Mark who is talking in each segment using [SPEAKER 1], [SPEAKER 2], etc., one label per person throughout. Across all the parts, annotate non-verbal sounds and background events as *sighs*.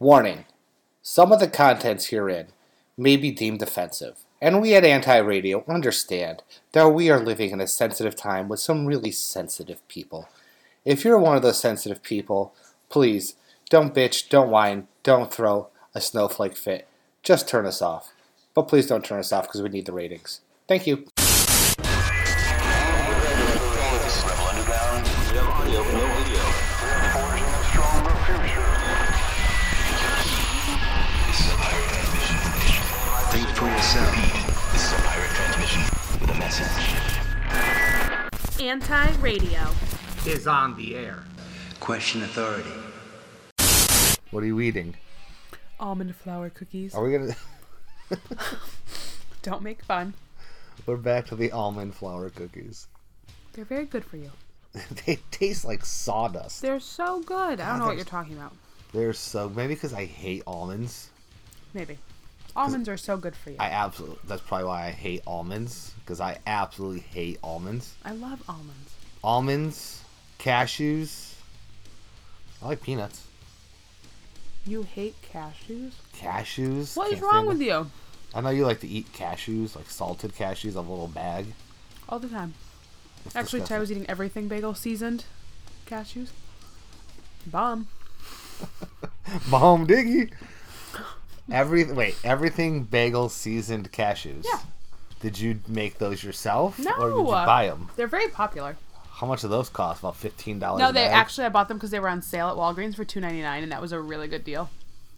[SPEAKER 1] Warning Some of the contents herein may be deemed offensive, and we at Anti Radio understand that we are living in a sensitive time with some really sensitive people. If you're one of those sensitive people, please don't bitch, don't whine, don't throw a snowflake fit. Just turn us off. But please don't turn us off because we need the ratings. Thank you.
[SPEAKER 2] Rebel Underground. We have audio, but no video. Think for yourself. This is a pirate transmission with a message.
[SPEAKER 3] Anti Radio.
[SPEAKER 4] is on the air.
[SPEAKER 2] Question authority.
[SPEAKER 1] What are you eating?
[SPEAKER 3] Almond flour cookies.
[SPEAKER 1] Are we gonna? *laughs*
[SPEAKER 3] Don't make fun.
[SPEAKER 1] We're back to the almond flour cookies. *laughs*
[SPEAKER 3] They're very good for you.
[SPEAKER 1] they taste like sawdust.
[SPEAKER 3] They're so good. I don't know what
[SPEAKER 1] there's-
[SPEAKER 3] you're talking about.
[SPEAKER 1] They're so maybe because I hate almonds.
[SPEAKER 3] Maybe. Almonds are so good for you.
[SPEAKER 1] I
[SPEAKER 3] I,
[SPEAKER 1] absolutely that's probably why I hate almonds because I absolutely hate almonds.
[SPEAKER 3] love almonds.
[SPEAKER 1] Almonds, cashews. I like peanuts.
[SPEAKER 3] You hate cashews?
[SPEAKER 1] Cashews.
[SPEAKER 3] What is
[SPEAKER 1] can't
[SPEAKER 3] wrong
[SPEAKER 1] stand
[SPEAKER 3] with
[SPEAKER 1] them.
[SPEAKER 3] you?
[SPEAKER 1] I know you like to eat cashews, like salted cashews, a little bag. *laughs*
[SPEAKER 3] All the time. Actually, today I was eating everything bagel seasoned cashews. Bomb.
[SPEAKER 1] Bomb diggy. Every wait, everything bagel seasoned cashews.
[SPEAKER 3] Yeah.
[SPEAKER 1] Did you make those yourself,
[SPEAKER 3] No.
[SPEAKER 1] or did you buy them?
[SPEAKER 3] They're very popular.
[SPEAKER 1] How much do those cost? About fifteen dollars.
[SPEAKER 3] No, they actually I bought them because they were on sale at Walgreens for two ninety nine, and that was a really good deal.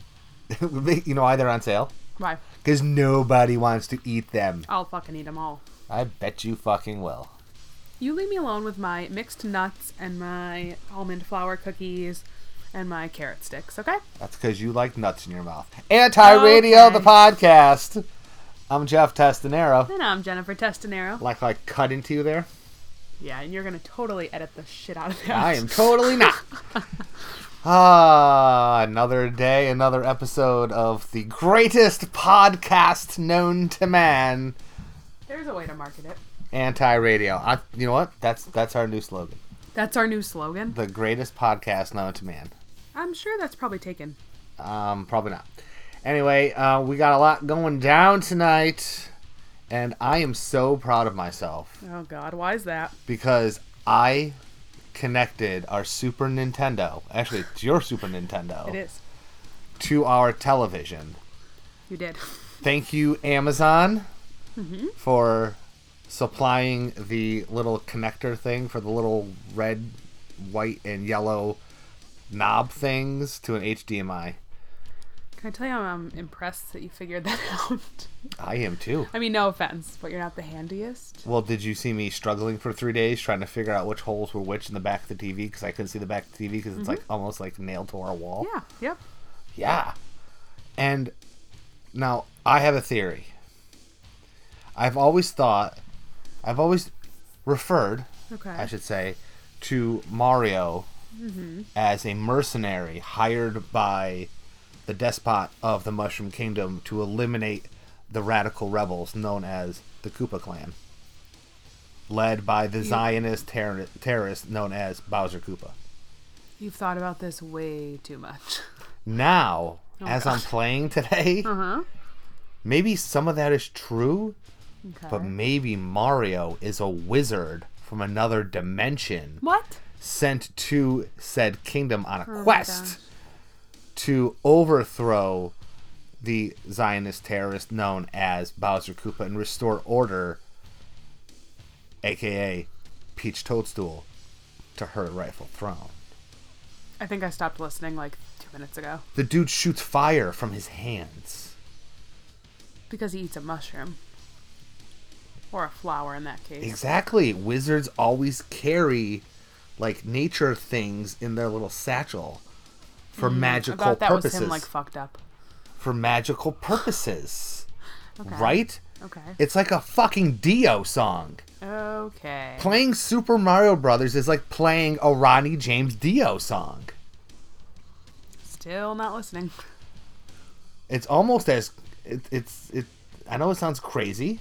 [SPEAKER 1] *laughs* actually. you know why they're on sale?
[SPEAKER 3] Why?
[SPEAKER 1] Because nobody wants to eat them.
[SPEAKER 3] I'll fucking eat them all.
[SPEAKER 1] I bet you fucking will.
[SPEAKER 3] You leave me alone with my mixed nuts and my almond flour cookies and my carrot sticks, okay?
[SPEAKER 1] That's because you like nuts in your mouth. Anti Radio,
[SPEAKER 3] Okay.
[SPEAKER 1] the podcast. I'm Jeff Testanero.
[SPEAKER 3] And I'm Jennifer Testanero.
[SPEAKER 1] Like I cut into you there?
[SPEAKER 3] Yeah, and you're gonna totally edit the shit out of that.
[SPEAKER 1] I am totally not. Ah, another day, another episode of the greatest podcast known to man,
[SPEAKER 3] *laughs* There's a way to market it.
[SPEAKER 1] Anti Radio. I, you know what? That's that's our new slogan.
[SPEAKER 3] That's our new slogan.
[SPEAKER 1] The greatest podcast known to man.
[SPEAKER 3] I'm sure that's probably taken.
[SPEAKER 1] Um, probably not. Anyway, uh, we got a lot going down tonight, and I am so proud of myself
[SPEAKER 3] Oh God, why is that?
[SPEAKER 1] because I connected our Super Nintendo, actually, it's your Super Nintendo,
[SPEAKER 3] It is.
[SPEAKER 1] to our television.
[SPEAKER 3] You did. *laughs*
[SPEAKER 1] Thank you, Amazon,
[SPEAKER 3] Mm-hmm.
[SPEAKER 1] for supplying the little connector thing for the little red, white, and yellow knob things to an HDMI.
[SPEAKER 3] Can I tell you I'm impressed that you figured that *laughs* out?
[SPEAKER 1] I am too.
[SPEAKER 3] I mean, no offense, but you're not the handiest.
[SPEAKER 1] Well, did you see me struggling for three days trying to figure out which holes were which in the back of the TV because I couldn't see the back of the TV because it's like almost like nailed to our wall?
[SPEAKER 3] Yeah. Yep.
[SPEAKER 1] Yeah. And now I have a theory. I've always thought, I've always referred,
[SPEAKER 3] Okay.
[SPEAKER 1] I should say, to Mario as a mercenary hired by the despot of the Mushroom Kingdom to eliminate the radical rebels known as the Koopa Clan, led by the Zionist terror- terrorist known as Bowser Koopa.
[SPEAKER 3] You've thought about this way too much. *laughs*
[SPEAKER 1] Now,
[SPEAKER 3] Oh
[SPEAKER 1] as I'm playing today,
[SPEAKER 3] Uh-huh.
[SPEAKER 1] maybe some of that is true,
[SPEAKER 3] Okay.
[SPEAKER 1] but maybe Mario is a wizard from another dimension
[SPEAKER 3] what?
[SPEAKER 1] sent to said kingdom on a
[SPEAKER 3] Oh my
[SPEAKER 1] quest
[SPEAKER 3] gosh.
[SPEAKER 1] to overthrow the Zionist terrorist known as Bowser Koopa and restore order, aka Peach Toadstool, to her rightful throne.
[SPEAKER 3] I think I stopped listening like two minutes ago
[SPEAKER 1] The dude shoots fire from his hands.
[SPEAKER 3] because he eats a mushroom or a flower in that case.
[SPEAKER 1] Exactly. Wizards always carry like nature things in their little satchel for
[SPEAKER 3] Mm, I
[SPEAKER 1] magical
[SPEAKER 3] thought that
[SPEAKER 1] purposes.
[SPEAKER 3] was him like fucked up.
[SPEAKER 1] for magical purposes.
[SPEAKER 3] *laughs* Okay.
[SPEAKER 1] Right?
[SPEAKER 3] Okay.
[SPEAKER 1] It's like a fucking Dio song.
[SPEAKER 3] okay.
[SPEAKER 1] Playing Super Mario Brothers is like playing a Ronnie James Dio song.
[SPEAKER 3] Still not listening. *laughs*
[SPEAKER 1] It's almost as it, it's it I know it sounds crazy,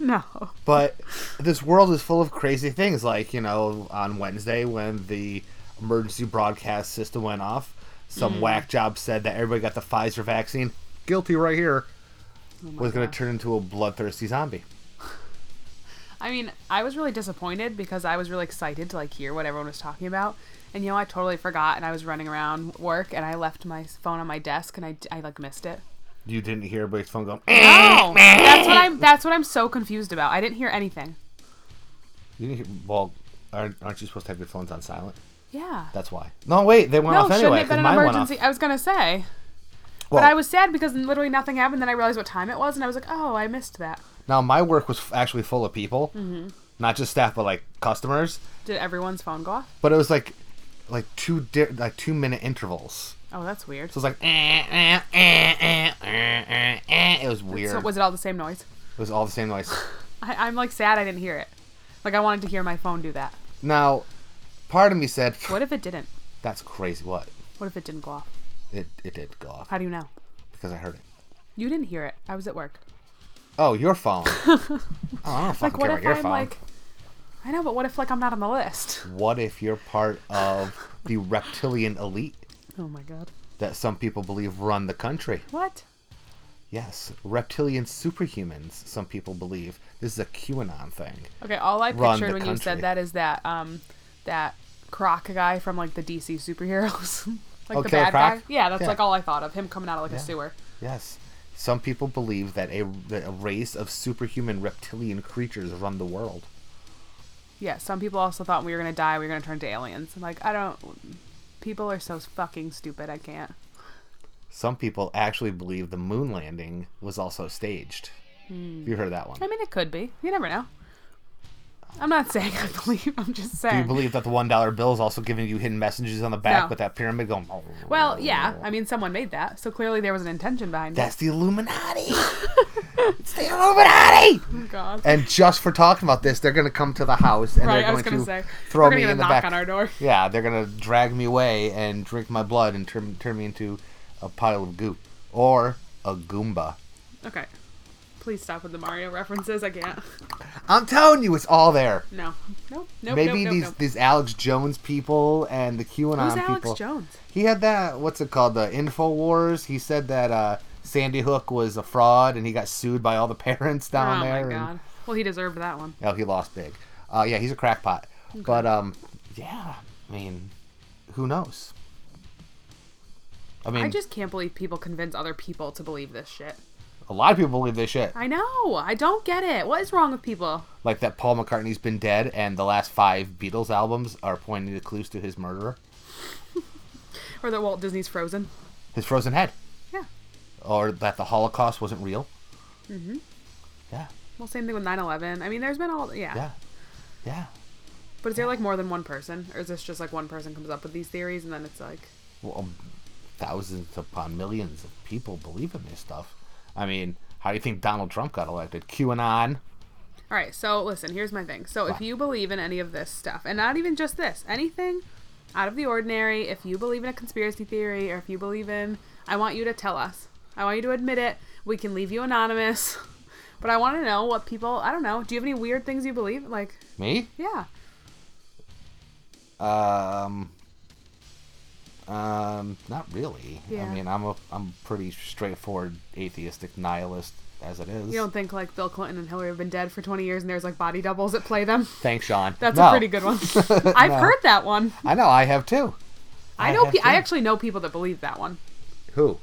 [SPEAKER 3] No.
[SPEAKER 1] but this world is full of crazy things like you know on wednesday when the emergency broadcast system went off
[SPEAKER 3] Mm.
[SPEAKER 1] some whack job said that everybody got the Pfizer vaccine. Guilty right here.
[SPEAKER 3] Oh
[SPEAKER 1] was going to turn into a bloodthirsty zombie.
[SPEAKER 3] I mean, I was really disappointed because I was really excited to like hear what everyone was talking about. And you know, I totally forgot and I was running around work and I left my phone on my desk and I, I like missed it.
[SPEAKER 1] You didn't hear everybody's phone "Eh." going.
[SPEAKER 3] Oh, that's what I'm that's what I'm so confused about. I didn't hear anything.
[SPEAKER 1] You didn't hear, well, aren't, aren't you supposed to have your phones on silent?
[SPEAKER 3] Yeah.
[SPEAKER 1] That's why. No, wait, they went
[SPEAKER 3] no,
[SPEAKER 1] off
[SPEAKER 3] shouldn't
[SPEAKER 1] anyway.
[SPEAKER 3] it have
[SPEAKER 1] 'cause
[SPEAKER 3] been an
[SPEAKER 1] mine went off.
[SPEAKER 3] emergency? I was gonna say.
[SPEAKER 1] Well,
[SPEAKER 3] But I was sad because literally nothing happened. Then I realized what time it was, and I was like, "Oh, I missed that."
[SPEAKER 1] Now my work was f- actually full of people,
[SPEAKER 3] Mm-hmm.
[SPEAKER 1] not just staff, but like customers.
[SPEAKER 3] Did everyone's phone go off?
[SPEAKER 1] But it was like, like two di- like two minute intervals.
[SPEAKER 3] Oh, that's weird.
[SPEAKER 1] So it was like, eh, eh, eh, eh, eh, eh, eh. it was weird.
[SPEAKER 3] So was it all the same noise?
[SPEAKER 1] it was all the same noise.
[SPEAKER 3] I, I'm like sad I didn't hear it. Like I wanted to hear my phone do that.
[SPEAKER 1] now, part of me said,
[SPEAKER 3] What if it didn't?
[SPEAKER 1] "That's crazy." What?
[SPEAKER 3] What if it didn't go off?
[SPEAKER 1] It it did go off
[SPEAKER 3] How do you know?
[SPEAKER 1] because I heard it.
[SPEAKER 3] You didn't hear it. I was at work.
[SPEAKER 1] Oh, your
[SPEAKER 3] *laughs*
[SPEAKER 1] phone. oh, I don't fucking
[SPEAKER 3] Like what
[SPEAKER 1] care about
[SPEAKER 3] if
[SPEAKER 1] your
[SPEAKER 3] I'm
[SPEAKER 1] phone.
[SPEAKER 3] like I know, but what if like I'm not on
[SPEAKER 1] *laughs*
[SPEAKER 3] the list?
[SPEAKER 1] What if you're part of the reptilian elite
[SPEAKER 3] Oh my god.
[SPEAKER 1] that some people believe run the country?
[SPEAKER 3] What?
[SPEAKER 1] Yes, reptilian superhumans, some people believe. This is a QAnon thing.
[SPEAKER 3] Okay, all I
[SPEAKER 1] Run
[SPEAKER 3] pictured
[SPEAKER 1] the
[SPEAKER 3] when you
[SPEAKER 1] country.
[SPEAKER 3] said that is that um that croc guy from like the DC superheroes. *laughs* like
[SPEAKER 1] Oh,
[SPEAKER 3] the
[SPEAKER 1] Killer
[SPEAKER 3] bad
[SPEAKER 1] Croc?
[SPEAKER 3] guy. Yeah, that's
[SPEAKER 1] Yeah.
[SPEAKER 3] like all I thought of him coming out of like a sewer.
[SPEAKER 1] Yes. Some people believe that a, that a race of superhuman reptilian creatures run the world.
[SPEAKER 3] Yeah, some people also thought we were gonna die, we were gonna turn to aliens. I'm like, I don't people are so fucking stupid, I can't.
[SPEAKER 1] Some people actually believe the moon landing was also staged. Have You heard that one.
[SPEAKER 3] Hmm. I mean, it could be. You never know. I'm not saying I *laughs* believe. I'm just
[SPEAKER 1] Do you
[SPEAKER 3] saying.
[SPEAKER 1] believe that the one dollar bill is also giving you hidden messages on the back
[SPEAKER 3] No.
[SPEAKER 1] with that pyramid going? "Oh."
[SPEAKER 3] well, yeah. I mean, someone made that, so clearly there was an intention behind
[SPEAKER 1] that's the
[SPEAKER 3] *laughs*
[SPEAKER 1] Illuminati. it's the Illuminati.
[SPEAKER 3] it. Oh, God.
[SPEAKER 1] And just for talking about this, they're gonna come to the house and
[SPEAKER 3] Right,
[SPEAKER 1] they're
[SPEAKER 3] I was
[SPEAKER 1] going to
[SPEAKER 3] gonna say,
[SPEAKER 1] throw
[SPEAKER 3] we're gonna
[SPEAKER 1] me
[SPEAKER 3] get a
[SPEAKER 1] in the
[SPEAKER 3] knock
[SPEAKER 1] back
[SPEAKER 3] on our door.
[SPEAKER 1] Yeah, they're gonna drag me away and drink my blood and turn turn me into a pile of goo or a goomba.
[SPEAKER 3] Okay. Please stop with the Mario references. I can't.
[SPEAKER 1] I'm telling you, it's all there.
[SPEAKER 3] No. Nope. Nope.
[SPEAKER 1] Maybe
[SPEAKER 3] nope, nope,
[SPEAKER 1] these
[SPEAKER 3] nope.
[SPEAKER 1] these Alex Jones people and the QAnon
[SPEAKER 3] Who's Alex
[SPEAKER 1] people.
[SPEAKER 3] Jones?
[SPEAKER 1] He had that what's it called the Infowars. He said that uh, Sandy Hook was a fraud and he got sued by all the *laughs* parents down
[SPEAKER 3] oh
[SPEAKER 1] there.
[SPEAKER 3] my
[SPEAKER 1] and-
[SPEAKER 3] God. Well, he deserved that one.
[SPEAKER 1] Oh, he lost big. Uh, yeah, he's a crackpot. But um, yeah, I mean, who knows? I mean,
[SPEAKER 3] I just can't believe people convince other people to believe this shit.
[SPEAKER 1] a lot of people believe this shit.
[SPEAKER 3] I know. I don't get it. What is wrong with people?
[SPEAKER 1] Like that Paul McCartney's been dead, and the last five Beatles albums are pointing to clues to his murderer,
[SPEAKER 3] Or that Walt Disney's frozen?
[SPEAKER 1] his frozen head,
[SPEAKER 3] Yeah.
[SPEAKER 1] or that the Holocaust wasn't real. Mm-hmm. Yeah,
[SPEAKER 3] Well, same thing with 9/11. I mean, there's been all. Yeah.
[SPEAKER 1] yeah, yeah.
[SPEAKER 3] But is there like more than one person, or is this just like one person comes up with these theories and then it's like,
[SPEAKER 1] Well, um, thousands upon millions of people believe in this stuff. I mean, how do you think Donald Trump got elected? QAnon.
[SPEAKER 3] all right? So listen, here's my thing. So if you believe in any of this stuff, and not even just this, anything out of the ordinary, if you believe in a conspiracy theory or if you believe in, I want you to tell us. I want you to admit it. We can leave you anonymous, *laughs* but I want to know what people. I don't know. Do you have any weird things you believe? Like,
[SPEAKER 1] Me?
[SPEAKER 3] yeah.
[SPEAKER 1] Um, um, not really.
[SPEAKER 3] Yeah.
[SPEAKER 1] I mean, I'm a I'm a pretty straightforward atheistic nihilist as it is.
[SPEAKER 3] You don't think like Bill Clinton and Hillary have been dead for 20 years and there's like body doubles that play them?
[SPEAKER 1] Thanks, Sean.
[SPEAKER 3] That's
[SPEAKER 1] No.
[SPEAKER 3] a pretty
[SPEAKER 1] *laughs*
[SPEAKER 3] good one. I've heard that one.
[SPEAKER 1] I know. I have too.
[SPEAKER 3] I know.
[SPEAKER 1] have
[SPEAKER 3] Pe- I
[SPEAKER 1] too.
[SPEAKER 3] actually know people that believe that one.
[SPEAKER 1] Who?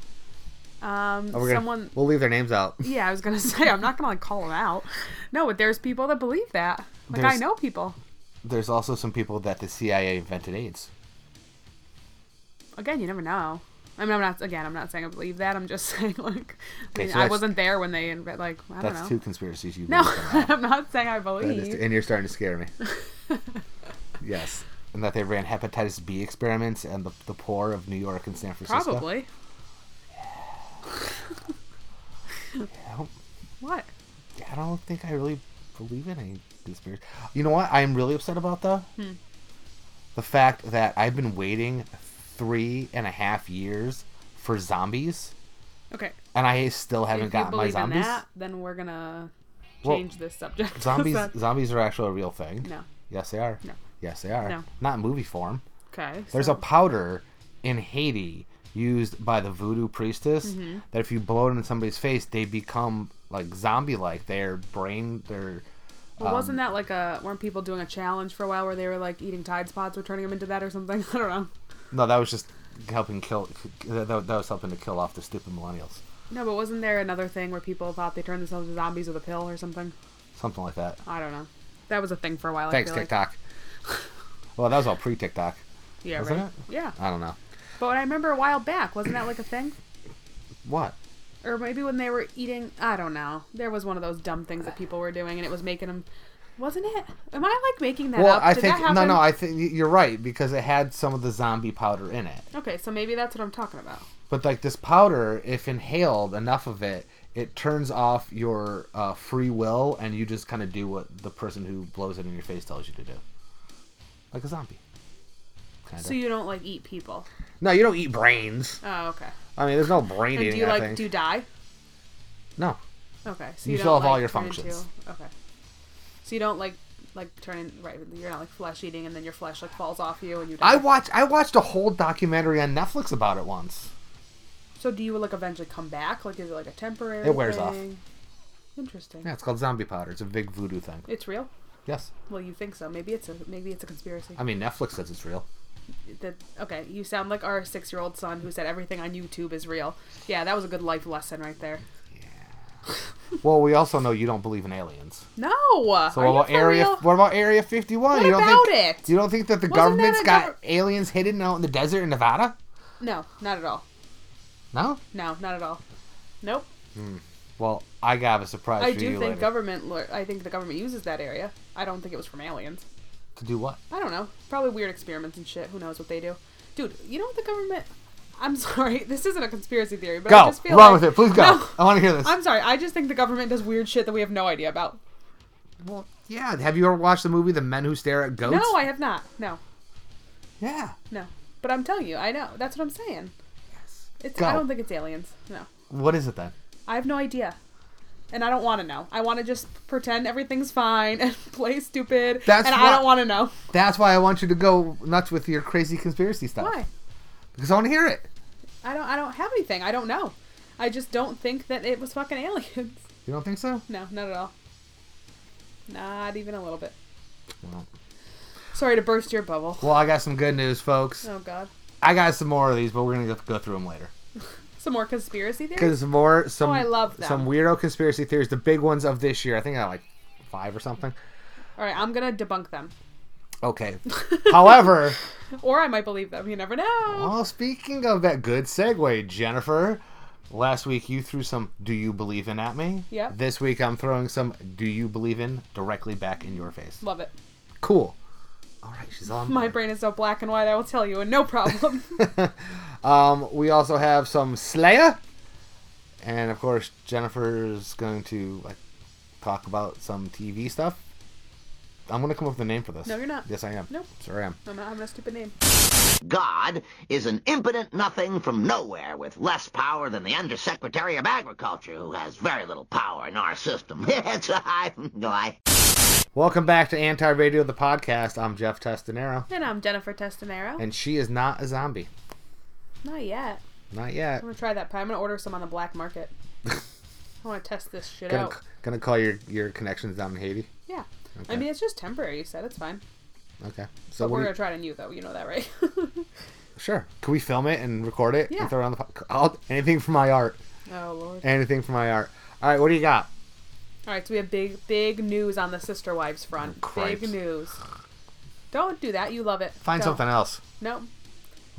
[SPEAKER 1] Oh,
[SPEAKER 3] Um,
[SPEAKER 1] We're gonna-
[SPEAKER 3] someone.
[SPEAKER 1] We'll leave their names out.
[SPEAKER 3] Yeah, I was gonna *laughs* say I'm not gonna like call them out. No, but there's people that believe that. Like I
[SPEAKER 1] There's-
[SPEAKER 3] know people.
[SPEAKER 1] *laughs* There's also some people that the CIA invented AIDS.
[SPEAKER 3] Again, you never know. I mean, I'm not. Again, I'm not saying I believe that. I'm just *laughs* saying like, I,
[SPEAKER 1] Okay,
[SPEAKER 3] mean,
[SPEAKER 1] so
[SPEAKER 3] I
[SPEAKER 1] that's-
[SPEAKER 3] wasn't there when they. inv- Like I don't
[SPEAKER 1] That's
[SPEAKER 3] know.
[SPEAKER 1] two conspiracies you.
[SPEAKER 3] no,
[SPEAKER 1] believe in
[SPEAKER 3] *laughs*
[SPEAKER 1] now.
[SPEAKER 3] I'm not saying I
[SPEAKER 1] That is-
[SPEAKER 3] believe.
[SPEAKER 1] and you're starting to scare
[SPEAKER 3] *laughs*
[SPEAKER 1] me. yes. And that they ran hepatitis B experiments and the, the poor of New York and San Francisco.
[SPEAKER 3] Probably.
[SPEAKER 1] I don't-
[SPEAKER 3] What?
[SPEAKER 1] I don't think I really believe in any conspiracy. You know what? I'm really upset about though.
[SPEAKER 3] Hmm.
[SPEAKER 1] The fact that I've been waiting three and a half years for zombies,
[SPEAKER 3] Okay.
[SPEAKER 1] and I still haven't
[SPEAKER 3] If you
[SPEAKER 1] gotten my
[SPEAKER 3] believe in
[SPEAKER 1] zombies.
[SPEAKER 3] that, *laughs* then we're gonna
[SPEAKER 1] Well,
[SPEAKER 3] change this subject. *laughs*
[SPEAKER 1] Zombies,
[SPEAKER 3] So-
[SPEAKER 1] zombies are actually a real thing.
[SPEAKER 3] No.
[SPEAKER 1] Yes, they are.
[SPEAKER 3] No.
[SPEAKER 1] Yes, they are.
[SPEAKER 3] No.
[SPEAKER 1] Not in movie form.
[SPEAKER 3] okay.
[SPEAKER 1] There's
[SPEAKER 3] so-
[SPEAKER 1] a powder in Haiti used by the voodoo priestess
[SPEAKER 3] Mm-hmm.
[SPEAKER 1] that if you blow it in somebody's face, they become like zombie like. Their brain, their
[SPEAKER 3] Well, wasn't
[SPEAKER 1] Um,
[SPEAKER 3] that like a weren't people doing a challenge for a while where they were like eating Tide Pods were turning them into that or something? *laughs* I don't know.
[SPEAKER 1] no, that was just helping kill. That, that was helping to kill off the stupid millennials,
[SPEAKER 3] No, but wasn't there another thing where people thought they turned themselves to zombies with a pill or something?
[SPEAKER 1] something like that.
[SPEAKER 3] I don't know. That was a thing for a while.
[SPEAKER 1] Thanks
[SPEAKER 3] I feel
[SPEAKER 1] TikTok. *laughs* well, that was all pre TikTok.
[SPEAKER 3] Like. Yeah,
[SPEAKER 1] Wasn't
[SPEAKER 3] right.
[SPEAKER 1] it? Uh.
[SPEAKER 3] Yeah,
[SPEAKER 1] I don't know
[SPEAKER 3] but I remember a while back, wasn't that like a thing?
[SPEAKER 1] what.
[SPEAKER 3] Or maybe when they were eating, I don't know. There was one of those dumb things that people were doing, and it was making them. Wasn't it? Am I like making that
[SPEAKER 1] Well,
[SPEAKER 3] up?
[SPEAKER 1] I
[SPEAKER 3] Did
[SPEAKER 1] think
[SPEAKER 3] that
[SPEAKER 1] no,
[SPEAKER 3] happen?
[SPEAKER 1] no. I think y- you're right because it had some of the zombie powder in it.
[SPEAKER 3] Okay, so maybe that's what I'm talking about.
[SPEAKER 1] But like this powder, if inhaled enough of it, it turns off your uh, free will, and you just kind of do what the person who blows it in your face tells you to do, like a zombie. Kind of.
[SPEAKER 3] So you don't like eat people.
[SPEAKER 1] no, you don't eat brains.
[SPEAKER 3] Oh, okay.
[SPEAKER 1] I mean, there's no brain
[SPEAKER 3] And
[SPEAKER 1] eating.
[SPEAKER 3] do you
[SPEAKER 1] I
[SPEAKER 3] like
[SPEAKER 1] think.
[SPEAKER 3] do you die?
[SPEAKER 1] no,
[SPEAKER 3] Okay, so
[SPEAKER 1] You
[SPEAKER 3] you,
[SPEAKER 1] still
[SPEAKER 3] don't,
[SPEAKER 1] have all
[SPEAKER 3] like,
[SPEAKER 1] your
[SPEAKER 3] turn
[SPEAKER 1] functions.
[SPEAKER 3] Into, okay, so you don't like like turn in, right? You're not like flesh eating, and then your flesh like falls off you, and you die.
[SPEAKER 1] I watch. I watched a whole documentary on Netflix about it once.
[SPEAKER 3] so do you like eventually come back? Like is it like a temporary?
[SPEAKER 1] It wears off.
[SPEAKER 3] thing? Interesting.
[SPEAKER 1] Yeah, it's called zombie powder. It's a big voodoo thing.
[SPEAKER 3] It's real.
[SPEAKER 1] Yes,
[SPEAKER 3] Well, you think so? Maybe it's a maybe it's a conspiracy.
[SPEAKER 1] I mean Netflix says it's
[SPEAKER 3] *laughs*
[SPEAKER 1] real.
[SPEAKER 3] that okay you sound like our six year old son who said everything on youtube is real yeah that was a good life lesson right there
[SPEAKER 1] Well, we also know you don't believe in aliens.
[SPEAKER 3] no
[SPEAKER 1] So
[SPEAKER 3] are
[SPEAKER 1] what
[SPEAKER 3] you
[SPEAKER 1] about
[SPEAKER 3] for
[SPEAKER 1] area?
[SPEAKER 3] real?
[SPEAKER 1] What about Area Fifty One?
[SPEAKER 3] What
[SPEAKER 1] You don't
[SPEAKER 3] about
[SPEAKER 1] think
[SPEAKER 3] it?
[SPEAKER 1] you don't think that the
[SPEAKER 3] Wasn't that
[SPEAKER 1] government's
[SPEAKER 3] a
[SPEAKER 1] got
[SPEAKER 3] gover-
[SPEAKER 1] aliens hidden out in the desert in Nevada?
[SPEAKER 3] no not at all
[SPEAKER 1] No.
[SPEAKER 3] no not at all nope
[SPEAKER 1] Well, I got a surprise
[SPEAKER 3] i
[SPEAKER 1] for
[SPEAKER 3] do
[SPEAKER 1] you
[SPEAKER 3] think
[SPEAKER 1] later.
[SPEAKER 3] government lo- i think the government uses that area i don't think it was from aliens
[SPEAKER 1] to do what?
[SPEAKER 3] i don't know probably weird experiments and shit who knows what they do dude you know what the government i'm *laughs* sorry this isn't a conspiracy theory but i
[SPEAKER 1] Go.
[SPEAKER 3] just feel
[SPEAKER 1] Wrong
[SPEAKER 3] like-
[SPEAKER 1] with it. Please go.
[SPEAKER 3] *laughs* No.
[SPEAKER 1] I want to hear this.
[SPEAKER 3] i'm sorry i just think the government does weird shit that we have no idea about
[SPEAKER 1] Well, yeah. Have you ever watched the movie The Men Who Stare at Goats?
[SPEAKER 3] no i have not no
[SPEAKER 1] Yeah.
[SPEAKER 3] No. But I'm telling you, I know. That's what I'm saying. It's, I
[SPEAKER 1] Go.
[SPEAKER 3] don't think it's aliens. No.
[SPEAKER 1] What is it then?
[SPEAKER 3] I have no idea. And I don't want to know. I want to just pretend everything's fine *laughs* and play stupid.
[SPEAKER 1] That's
[SPEAKER 3] and
[SPEAKER 1] why-
[SPEAKER 3] I don't want to know.
[SPEAKER 1] That's why I want you to go nuts with your crazy conspiracy stuff.
[SPEAKER 3] Why?
[SPEAKER 1] Because I want to hear it.
[SPEAKER 3] I don't I don't have anything. I don't know. I just don't think that it was fucking aliens. *laughs*
[SPEAKER 1] You don't think so?
[SPEAKER 3] No, not at all. Not even a little bit.
[SPEAKER 1] Well,
[SPEAKER 3] Sorry to burst your bubble.
[SPEAKER 1] well I got some good news, folks.
[SPEAKER 3] *laughs* Oh god.
[SPEAKER 1] I got some more of these, but we're gonna go- go through them later.
[SPEAKER 3] Some more conspiracy theories?
[SPEAKER 1] Because more some
[SPEAKER 3] Oh, I love them.
[SPEAKER 1] some weirdo conspiracy theories. The big ones of this year. I think I got like five or something.
[SPEAKER 3] All right, I'm going to debunk them.
[SPEAKER 1] Okay.
[SPEAKER 3] *laughs*
[SPEAKER 1] However,
[SPEAKER 3] Or I might believe them. You never know.
[SPEAKER 1] well, speaking of that, good segue, Jennifer. Last week you threw some "Do you believe in" at me.
[SPEAKER 3] Yep.
[SPEAKER 1] This week I'm throwing some "Do you believe in" directly back in your face.
[SPEAKER 3] Love it.
[SPEAKER 1] Cool. All right, she's on.
[SPEAKER 3] My
[SPEAKER 1] board.
[SPEAKER 3] brain is so black and white, I will tell you, and no problem.
[SPEAKER 1] Um, we also have some Slayer, and of course Jennifer's going to like talk about some TV stuff. I'm gonna come up with a name for this.
[SPEAKER 3] No, you're not.
[SPEAKER 1] Yes, I am.
[SPEAKER 3] Nope.
[SPEAKER 1] Sure, I am.
[SPEAKER 3] *laughs* I'm not having a stupid name.
[SPEAKER 5] God is an impotent nothing from nowhere with less power than the Undersecretary of Agriculture, who has very little power in our system. *laughs* It's a high. I
[SPEAKER 1] Welcome back to Anti Radio, the podcast. I'm Jeff Testanero,
[SPEAKER 3] And I'm Jennifer Testinero.
[SPEAKER 1] and she is not a zombie.
[SPEAKER 3] Not yet.
[SPEAKER 1] Not yet.
[SPEAKER 3] I'm gonna try that pie. I'm gonna order some on the
[SPEAKER 1] *laughs*
[SPEAKER 3] black market. I want to test this shit
[SPEAKER 1] Gonna,
[SPEAKER 3] out.
[SPEAKER 1] gonna call your your connections down in Haiti.
[SPEAKER 3] Yeah. I mean, it's just temporary. You said it's fine.
[SPEAKER 1] Okay. So what
[SPEAKER 3] But we're
[SPEAKER 1] do you-
[SPEAKER 3] gonna try it on you, though. You know that, right? *laughs*
[SPEAKER 1] sure. Can we film it and record it
[SPEAKER 3] Yeah.
[SPEAKER 1] and throw it on the? Po- I'll, anything for my art.
[SPEAKER 3] oh lord.
[SPEAKER 1] Anything for my art. All right. What do you got?
[SPEAKER 3] All right. So we have big, big news on the sister wives front.
[SPEAKER 1] Oh, cripes.
[SPEAKER 3] big news. Don't do that. You love it.
[SPEAKER 1] Find
[SPEAKER 3] Don't.
[SPEAKER 1] something else.
[SPEAKER 3] No.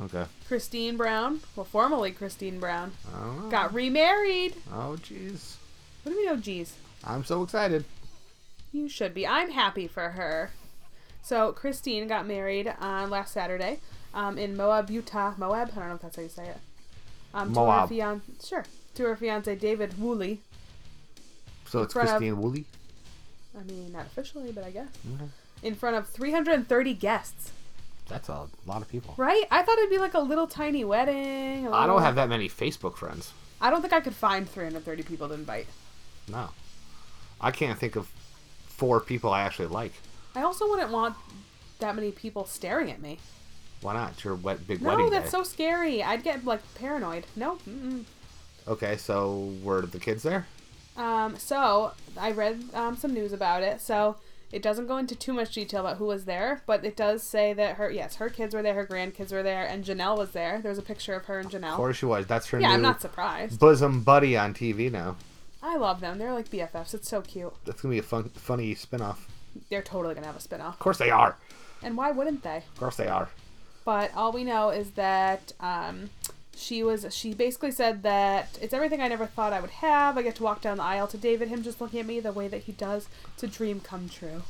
[SPEAKER 1] Okay.
[SPEAKER 3] Christine Brown, well, formerly Christine Brown,
[SPEAKER 1] Oh.
[SPEAKER 3] got remarried.
[SPEAKER 1] Oh, jeez.
[SPEAKER 3] What do we know? Geez.
[SPEAKER 1] I'm so excited.
[SPEAKER 3] You should be. I'm happy for her. So Christine got married on last Saturday um, in Moab, Utah. Moab. I don't know if that's how you say it. Um,
[SPEAKER 1] Moab.
[SPEAKER 3] To her fiance, sure. To her fiance David Woolley.
[SPEAKER 1] So it's
[SPEAKER 3] front of-
[SPEAKER 1] Christine Woolley.
[SPEAKER 3] I mean, not officially, but I guess.
[SPEAKER 1] Mm-hmm.
[SPEAKER 3] In front of 330 guests.
[SPEAKER 1] That's a lot of people.
[SPEAKER 3] Right? I thought it'd be like a little tiny wedding. I
[SPEAKER 1] I don't have that many Facebook friends.
[SPEAKER 3] I don't think I could find 330 people to invite.
[SPEAKER 1] No. I can't think of four people I actually like.
[SPEAKER 3] I also wouldn't want that many people staring at me.
[SPEAKER 1] Why not? It's your wet, big
[SPEAKER 3] No,
[SPEAKER 1] wedding
[SPEAKER 3] that's
[SPEAKER 1] day.
[SPEAKER 3] so scary. I'd get like paranoid. No. Mm-mm.
[SPEAKER 1] okay, so were the kids there?
[SPEAKER 3] Um, so I read um, some news about it. So it doesn't go into too much detail about who was there, but it does say that her yes, her kids were there, her grandkids were there, and Janelle was there. There was a picture of her and Janelle.
[SPEAKER 1] Of course she was. That's her
[SPEAKER 3] yeah,
[SPEAKER 1] new
[SPEAKER 3] I'm not surprised.
[SPEAKER 1] bosom buddy on TV now.
[SPEAKER 3] I love them. They're like BFFs. It's so cute.
[SPEAKER 1] That's gonna be a fun, funny spin-off.
[SPEAKER 3] They're totally gonna have a spin off.
[SPEAKER 1] Of course they are.
[SPEAKER 3] And why wouldn't they?
[SPEAKER 1] Of course they are.
[SPEAKER 3] but all we know is that um, she was she basically said that it's everything i never thought i would have i get to walk down the aisle to david him just looking at me the way that he does it's a dream come true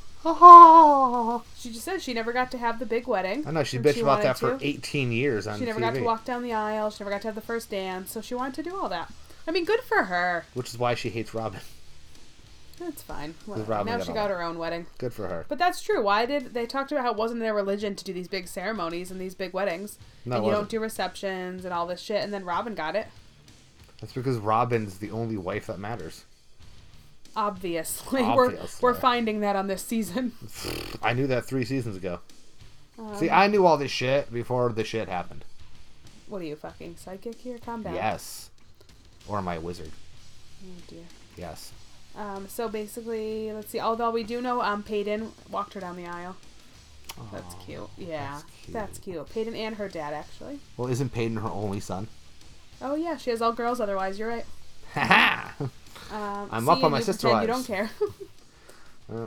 [SPEAKER 3] she just said she never got to have the big wedding
[SPEAKER 1] I know she
[SPEAKER 3] and
[SPEAKER 1] bitched about
[SPEAKER 3] wanted
[SPEAKER 1] that for
[SPEAKER 3] to.
[SPEAKER 1] 18 years on
[SPEAKER 3] she never
[SPEAKER 1] TV,
[SPEAKER 3] got to walk down the aisle she never got to have the first dance so she wanted to do all that i mean good for her
[SPEAKER 1] which is why she hates Robin. *laughs*
[SPEAKER 3] that's fine Whatever.
[SPEAKER 1] Robin
[SPEAKER 3] now
[SPEAKER 1] got
[SPEAKER 3] she
[SPEAKER 1] all
[SPEAKER 3] got
[SPEAKER 1] that.
[SPEAKER 3] her own wedding
[SPEAKER 1] Good for her.
[SPEAKER 3] but that's true. Why did they talked about how it wasn't their religion to do these big ceremonies and these big weddings?
[SPEAKER 1] No, it
[SPEAKER 3] and you
[SPEAKER 1] wasn't.
[SPEAKER 3] don't do receptions and all this shit. And then Robin got it,
[SPEAKER 1] That's because Robin's the only wife that matters.
[SPEAKER 3] obviously. *laughs*
[SPEAKER 1] Obviously.
[SPEAKER 3] We're we're finding that on this season. *laughs*
[SPEAKER 1] I knew that three seasons ago. See, I knew all this shit before the shit happened.
[SPEAKER 3] What are you fucking psychic here? Calm down.
[SPEAKER 1] Yes. Or my wizard.
[SPEAKER 3] Oh, dear.
[SPEAKER 1] Yes.
[SPEAKER 3] Um, so basically, let's see. Although we do know, um, Peyton walked her down the aisle. That's cute. Yeah,
[SPEAKER 1] that's
[SPEAKER 3] that's
[SPEAKER 1] cute.
[SPEAKER 3] cute. Peyton and her dad, actually.
[SPEAKER 1] Well, isn't Peyton her only son? *laughs*
[SPEAKER 3] Oh yeah, she has all girls. Otherwise, you're right.
[SPEAKER 1] Ha ha!
[SPEAKER 3] Um,
[SPEAKER 1] I'm
[SPEAKER 3] see,
[SPEAKER 1] up on
[SPEAKER 3] and
[SPEAKER 1] my
[SPEAKER 3] you
[SPEAKER 1] sister
[SPEAKER 3] pretend
[SPEAKER 1] wives.
[SPEAKER 3] You don't care. *laughs*
[SPEAKER 1] Uh,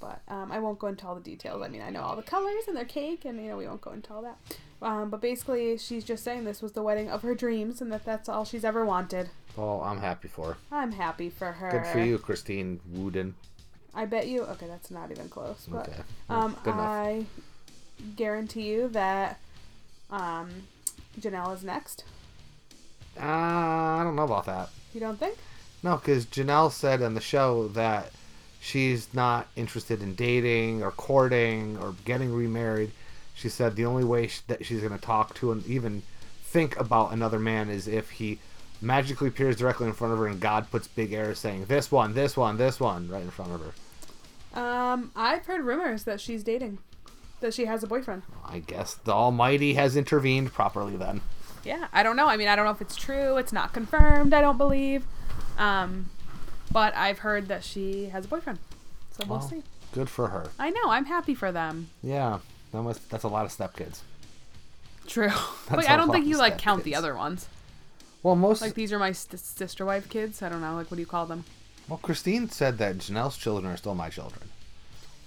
[SPEAKER 3] but um, I won't go into all the details. I mean, I know all the colors and their cake, and you know, we won't go into all that. Um, but basically, she's just saying this was the wedding of her dreams, and that that's all she's ever wanted.
[SPEAKER 1] Well, I'm happy for her.
[SPEAKER 3] I'm happy for her.
[SPEAKER 1] Good for you, Christine Wooden.
[SPEAKER 3] I bet you. Okay, that's not even close. But
[SPEAKER 1] Okay.
[SPEAKER 3] um,
[SPEAKER 1] Good enough.
[SPEAKER 3] I guarantee you that um, Janelle is next.
[SPEAKER 1] Uh, I don't know about that.
[SPEAKER 3] You don't think?
[SPEAKER 1] No, because Janelle said on the show that she's not interested in dating or courting or getting remarried. She said the only way sh that she's going to talk to and even think about another man is if he magically appears directly in front of her and God puts big arrows saying, this one, this one, this one, right in front of her.
[SPEAKER 3] Um, I've heard rumors that she's dating, that she has a boyfriend.
[SPEAKER 1] I guess the Almighty has intervened properly then.
[SPEAKER 3] Yeah, I don't know. I mean, I don't know if it's true. It's not confirmed. I don't believe. Um, but I've heard that she has a boyfriend, so we'll
[SPEAKER 1] Well.
[SPEAKER 3] see.
[SPEAKER 1] Good for her.
[SPEAKER 3] I know. I'm happy for them.
[SPEAKER 1] Yeah, that must, that's a lot of stepkids.
[SPEAKER 3] True,
[SPEAKER 1] *laughs*
[SPEAKER 3] but
[SPEAKER 1] That's
[SPEAKER 3] I
[SPEAKER 1] a
[SPEAKER 3] don't think
[SPEAKER 1] lot
[SPEAKER 3] you
[SPEAKER 1] of
[SPEAKER 3] like
[SPEAKER 1] step
[SPEAKER 3] count the
[SPEAKER 1] kids.
[SPEAKER 3] other ones.
[SPEAKER 1] Well, most
[SPEAKER 3] Like these are my st- sister wife kids. I don't know. Like what do you call them?
[SPEAKER 1] well, Christine said that Janelle's children are still my children.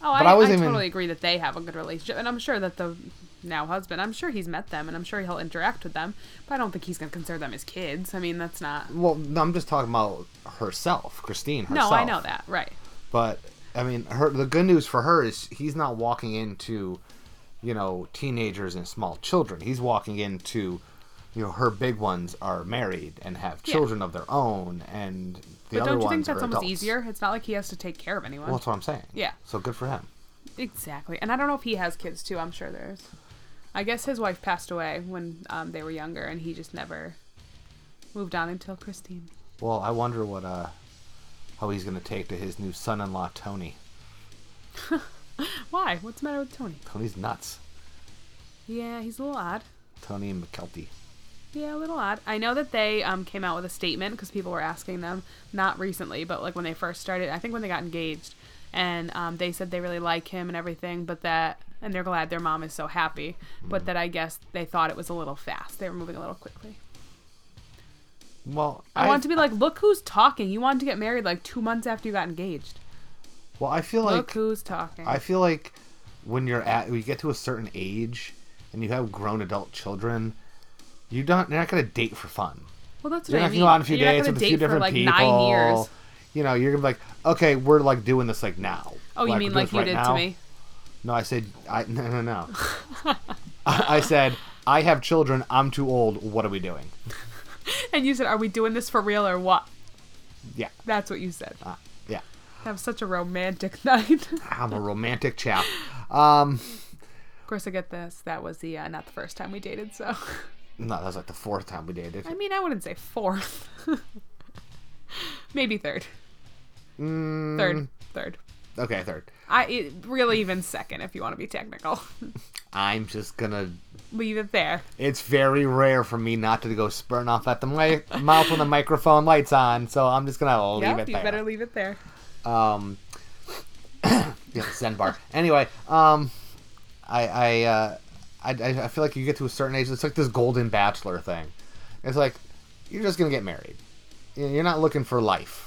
[SPEAKER 3] Oh,
[SPEAKER 1] But I
[SPEAKER 3] I, I,
[SPEAKER 1] wasn't even-
[SPEAKER 3] totally agree that they have a good relationship, and I'm sure that the now husband, I'm sure he's met them, and I'm sure he'll interact with them. But I don't think he's gonna consider them as kids. I mean, that's not.
[SPEAKER 1] Well, no, I'm just talking about herself, Christine herself.
[SPEAKER 3] No, I know that. Right.
[SPEAKER 1] But I mean, her the good news for her is he's not walking into, you know, teenagers and small children. He's walking into, you know, her big ones are married and have
[SPEAKER 3] Yeah.
[SPEAKER 1] children of their own, and the
[SPEAKER 3] But
[SPEAKER 1] other
[SPEAKER 3] don't you think
[SPEAKER 1] ones
[SPEAKER 3] that's
[SPEAKER 1] are
[SPEAKER 3] almost
[SPEAKER 1] adults.
[SPEAKER 3] easier? It's not like he has to take care of anyone.
[SPEAKER 1] Well, that's what I'm saying.
[SPEAKER 3] Yeah.
[SPEAKER 1] So good for him.
[SPEAKER 3] Exactly. And I don't know if he has kids too. I'm sure there's. I guess his wife passed away when um, they were younger, and he just never moved on until Christine.
[SPEAKER 1] Well, I wonder what uh, how he's gonna take to his new son-in-law Tony.
[SPEAKER 3] Why? What's the matter with Tony?
[SPEAKER 1] Tony's nuts.
[SPEAKER 3] Yeah, he's a little odd.
[SPEAKER 1] Tony McKelty.
[SPEAKER 3] Yeah, a little odd. I know that they um, came out with a statement because people were asking them, not recently, but like when they first started, I think when they got engaged, and um, they said they really like him and everything, but that, and they're glad their mom is so happy, but that I guess they thought it was a little fast. They were moving a little quickly.
[SPEAKER 1] Well,
[SPEAKER 3] I want to be like, look who's talking. You wanted to get married like two months after you got engaged.
[SPEAKER 1] Well, I feel
[SPEAKER 3] look
[SPEAKER 1] like
[SPEAKER 3] who's talking.
[SPEAKER 1] I feel like when you're at when you get to a certain age and you have grown adult children, you don't you're not gonna date for fun.
[SPEAKER 3] well, that's
[SPEAKER 1] You're
[SPEAKER 3] what I
[SPEAKER 1] not
[SPEAKER 3] mean.
[SPEAKER 1] gonna go out on a few
[SPEAKER 3] You're not
[SPEAKER 1] dates
[SPEAKER 3] gonna
[SPEAKER 1] with a
[SPEAKER 3] date
[SPEAKER 1] few
[SPEAKER 3] for
[SPEAKER 1] different
[SPEAKER 3] like
[SPEAKER 1] people.
[SPEAKER 3] nine years.
[SPEAKER 1] You know, you're gonna be like, okay, we're like doing this like now.
[SPEAKER 3] Oh, you
[SPEAKER 1] we're
[SPEAKER 3] mean
[SPEAKER 1] doing
[SPEAKER 3] like
[SPEAKER 1] this
[SPEAKER 3] you
[SPEAKER 1] right
[SPEAKER 3] did
[SPEAKER 1] now.
[SPEAKER 3] to me?
[SPEAKER 1] No, I said I *laughs* no no no.
[SPEAKER 3] *laughs*
[SPEAKER 1] I, I said I have children. I'm too old. What are we doing?
[SPEAKER 3] And you said, "Are we doing this for real or what?"
[SPEAKER 1] Yeah,
[SPEAKER 3] That's what you said.
[SPEAKER 1] uh, yeah.
[SPEAKER 3] Have such a romantic *laughs* night. of
[SPEAKER 1] I'm a romantic chap.
[SPEAKER 3] course, I get this. That was the uh, not the first time we dated, so *laughs*
[SPEAKER 1] No, that was like the fourth time we dated.
[SPEAKER 3] I mean, I wouldn't say *laughs*
[SPEAKER 1] Mm.
[SPEAKER 3] fourth, maybe third, third, third.
[SPEAKER 1] Okay, third.
[SPEAKER 3] I it, really even second if you want to be technical. *laughs*
[SPEAKER 1] I'm just gonna.
[SPEAKER 3] Leave it there.
[SPEAKER 1] It's very rare for me not to go spurting off at the mi- mouth when the microphone light's on, so I'm just gonna leave
[SPEAKER 3] Yep,
[SPEAKER 1] it
[SPEAKER 3] you
[SPEAKER 1] there.
[SPEAKER 3] better leave it there.
[SPEAKER 1] um yeah, Zen bar. Anyway, um I I uh I, I I feel like you get to a certain age, it's like this golden bachelor thing. It's like you're just gonna get married. You- You're not looking for life.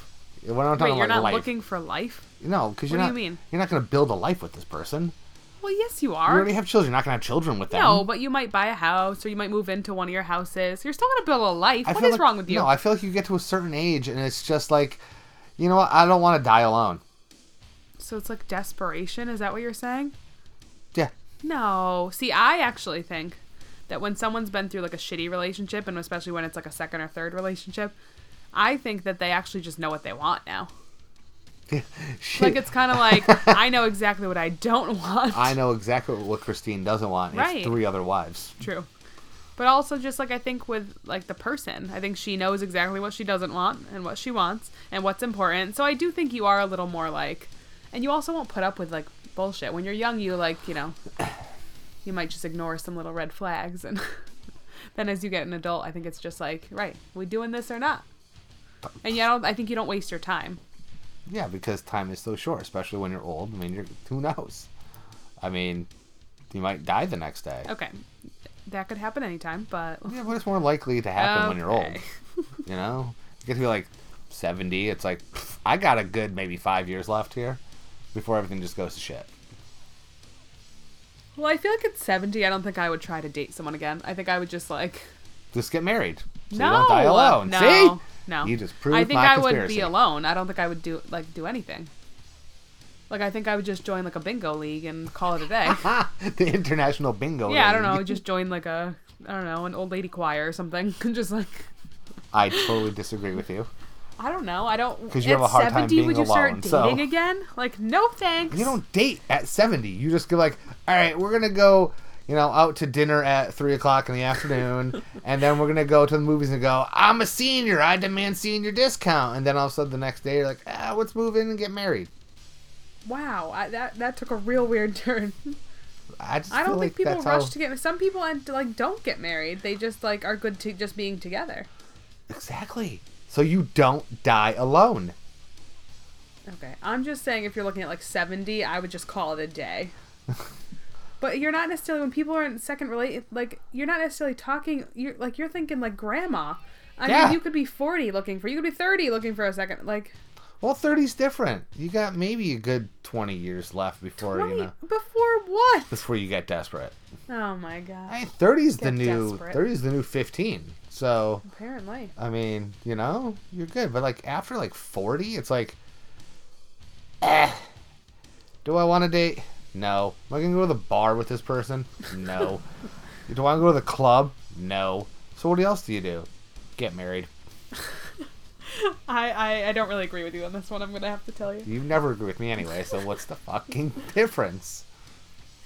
[SPEAKER 1] When I'm talking
[SPEAKER 3] Wait, you're
[SPEAKER 1] about
[SPEAKER 3] not
[SPEAKER 1] life,
[SPEAKER 3] looking for life?
[SPEAKER 1] no, because
[SPEAKER 3] What
[SPEAKER 1] you're
[SPEAKER 3] do
[SPEAKER 1] not.
[SPEAKER 3] you mean?
[SPEAKER 1] You're not gonna build a life with this person.
[SPEAKER 3] Well, yes, you
[SPEAKER 1] You
[SPEAKER 3] are.
[SPEAKER 1] already have children. You're not gonna have children with them.
[SPEAKER 3] no, but you might buy a house or you might move into one of your houses. You're still gonna build a life.
[SPEAKER 1] I
[SPEAKER 3] What
[SPEAKER 1] feel
[SPEAKER 3] is
[SPEAKER 1] like-
[SPEAKER 3] wrong with you?
[SPEAKER 1] No, I feel like you get to a certain age, and it's just like, you know what? I don't want to die alone.
[SPEAKER 3] so it's like desperation. Is that what you're saying?
[SPEAKER 1] Yeah,
[SPEAKER 3] No. See, I actually think that when someone's been through like a shitty relationship, and especially when it's like a second or third relationship, I think that they actually just know what they want now. Like it's kind of
[SPEAKER 1] *laughs*
[SPEAKER 3] like I know exactly what I don't want.
[SPEAKER 1] I know exactly what Christine doesn't want.
[SPEAKER 3] Right.
[SPEAKER 1] It's three other wives.
[SPEAKER 3] True. But also just like I think with like the person, I think she knows exactly what she doesn't want and what she wants and what's important. So I do think you are a little more like and you also won't put up with like bullshit. When you're young, you like, you know, *coughs* you might just ignore some little red flags and *laughs* then as you get an adult, I think it's just like, right, we doing this or not? And you don't I think you don't waste your time.
[SPEAKER 1] Yeah, because time is so short, especially when you're old. I mean, you're, who knows? I mean, you might die the next day.
[SPEAKER 3] Okay. That could happen anytime, but
[SPEAKER 1] Yeah, but it's more likely to happen when you're old.
[SPEAKER 3] Okay.
[SPEAKER 1] *laughs* You know, you get to be like seventy. It's like pff, I got a good maybe five years left here before everything just goes to shit.
[SPEAKER 3] Well, I feel like at 70, I don't think I would try to date someone again. I think I would just like
[SPEAKER 1] Just get married. So
[SPEAKER 3] no,
[SPEAKER 1] you don't die alone.
[SPEAKER 3] No,
[SPEAKER 1] See?
[SPEAKER 3] no.
[SPEAKER 1] You just proved
[SPEAKER 3] I think
[SPEAKER 1] my
[SPEAKER 3] I would
[SPEAKER 1] conspiracy.
[SPEAKER 3] be alone. I don't think I would do like do anything. Like I think I would just join like a bingo league and call it
[SPEAKER 1] *laughs*
[SPEAKER 3] a day.
[SPEAKER 1] Ha! *laughs* the international bingo.
[SPEAKER 3] yeah, I don't
[SPEAKER 1] league.
[SPEAKER 3] know. Just join like a I don't know an old lady choir or something. *laughs* just like
[SPEAKER 1] I totally disagree with you.
[SPEAKER 3] I don't know. I don't.
[SPEAKER 1] 'Cause you have a hard time being
[SPEAKER 3] would you
[SPEAKER 1] alone,
[SPEAKER 3] start
[SPEAKER 1] so-
[SPEAKER 3] dating again? Like no thanks.
[SPEAKER 1] You don't date at 70. You just go like, all right, we're going to go, you know, out to dinner at 3 o'clock in the
[SPEAKER 3] *laughs*
[SPEAKER 1] afternoon. and then we're going to go to the movies and go, I'm a senior. I demand senior discount. And then all of a sudden the next day you're like, ah, let's move in and get married.
[SPEAKER 3] Wow, I, that that took a real weird *laughs* turn.
[SPEAKER 1] I, just
[SPEAKER 3] I don't
[SPEAKER 1] feel
[SPEAKER 3] think
[SPEAKER 1] like
[SPEAKER 3] people
[SPEAKER 1] that's
[SPEAKER 3] rush
[SPEAKER 1] how...
[SPEAKER 3] to get. Some people end like don't get married. They just like are good to just being together.
[SPEAKER 1] Exactly. So you don't die alone.
[SPEAKER 3] Okay, I'm just saying if you're looking at like 70, I would just call it
[SPEAKER 1] *laughs*
[SPEAKER 3] a day. but you're not necessarily when people are in second relate like you're not necessarily talking. You're like you're thinking like grandma. I
[SPEAKER 1] Yeah.
[SPEAKER 3] mean, you could be 40 looking for you could be 30 looking for a second like
[SPEAKER 1] Well, 30's different. You got maybe a good 20 years left before,
[SPEAKER 3] right,
[SPEAKER 1] you know,
[SPEAKER 3] before what?
[SPEAKER 1] before you get desperate.
[SPEAKER 3] Oh my god!
[SPEAKER 1] I mean, 30's the
[SPEAKER 3] Get
[SPEAKER 1] new
[SPEAKER 3] desperate.
[SPEAKER 1] 30's the new 15. So,
[SPEAKER 3] Apparently,
[SPEAKER 1] I mean, you know, you're good, but like after like 40, it's like eh, do I want to date? No. Am I going to go to the bar with this person?
[SPEAKER 3] *laughs*
[SPEAKER 1] No. do I want to go to the club? No. So what else do you do? Get married.
[SPEAKER 3] I, I I don't really agree with you on this one. I'm gonna have to tell you.
[SPEAKER 1] You never agree with me anyway, so what's the fucking *laughs* difference?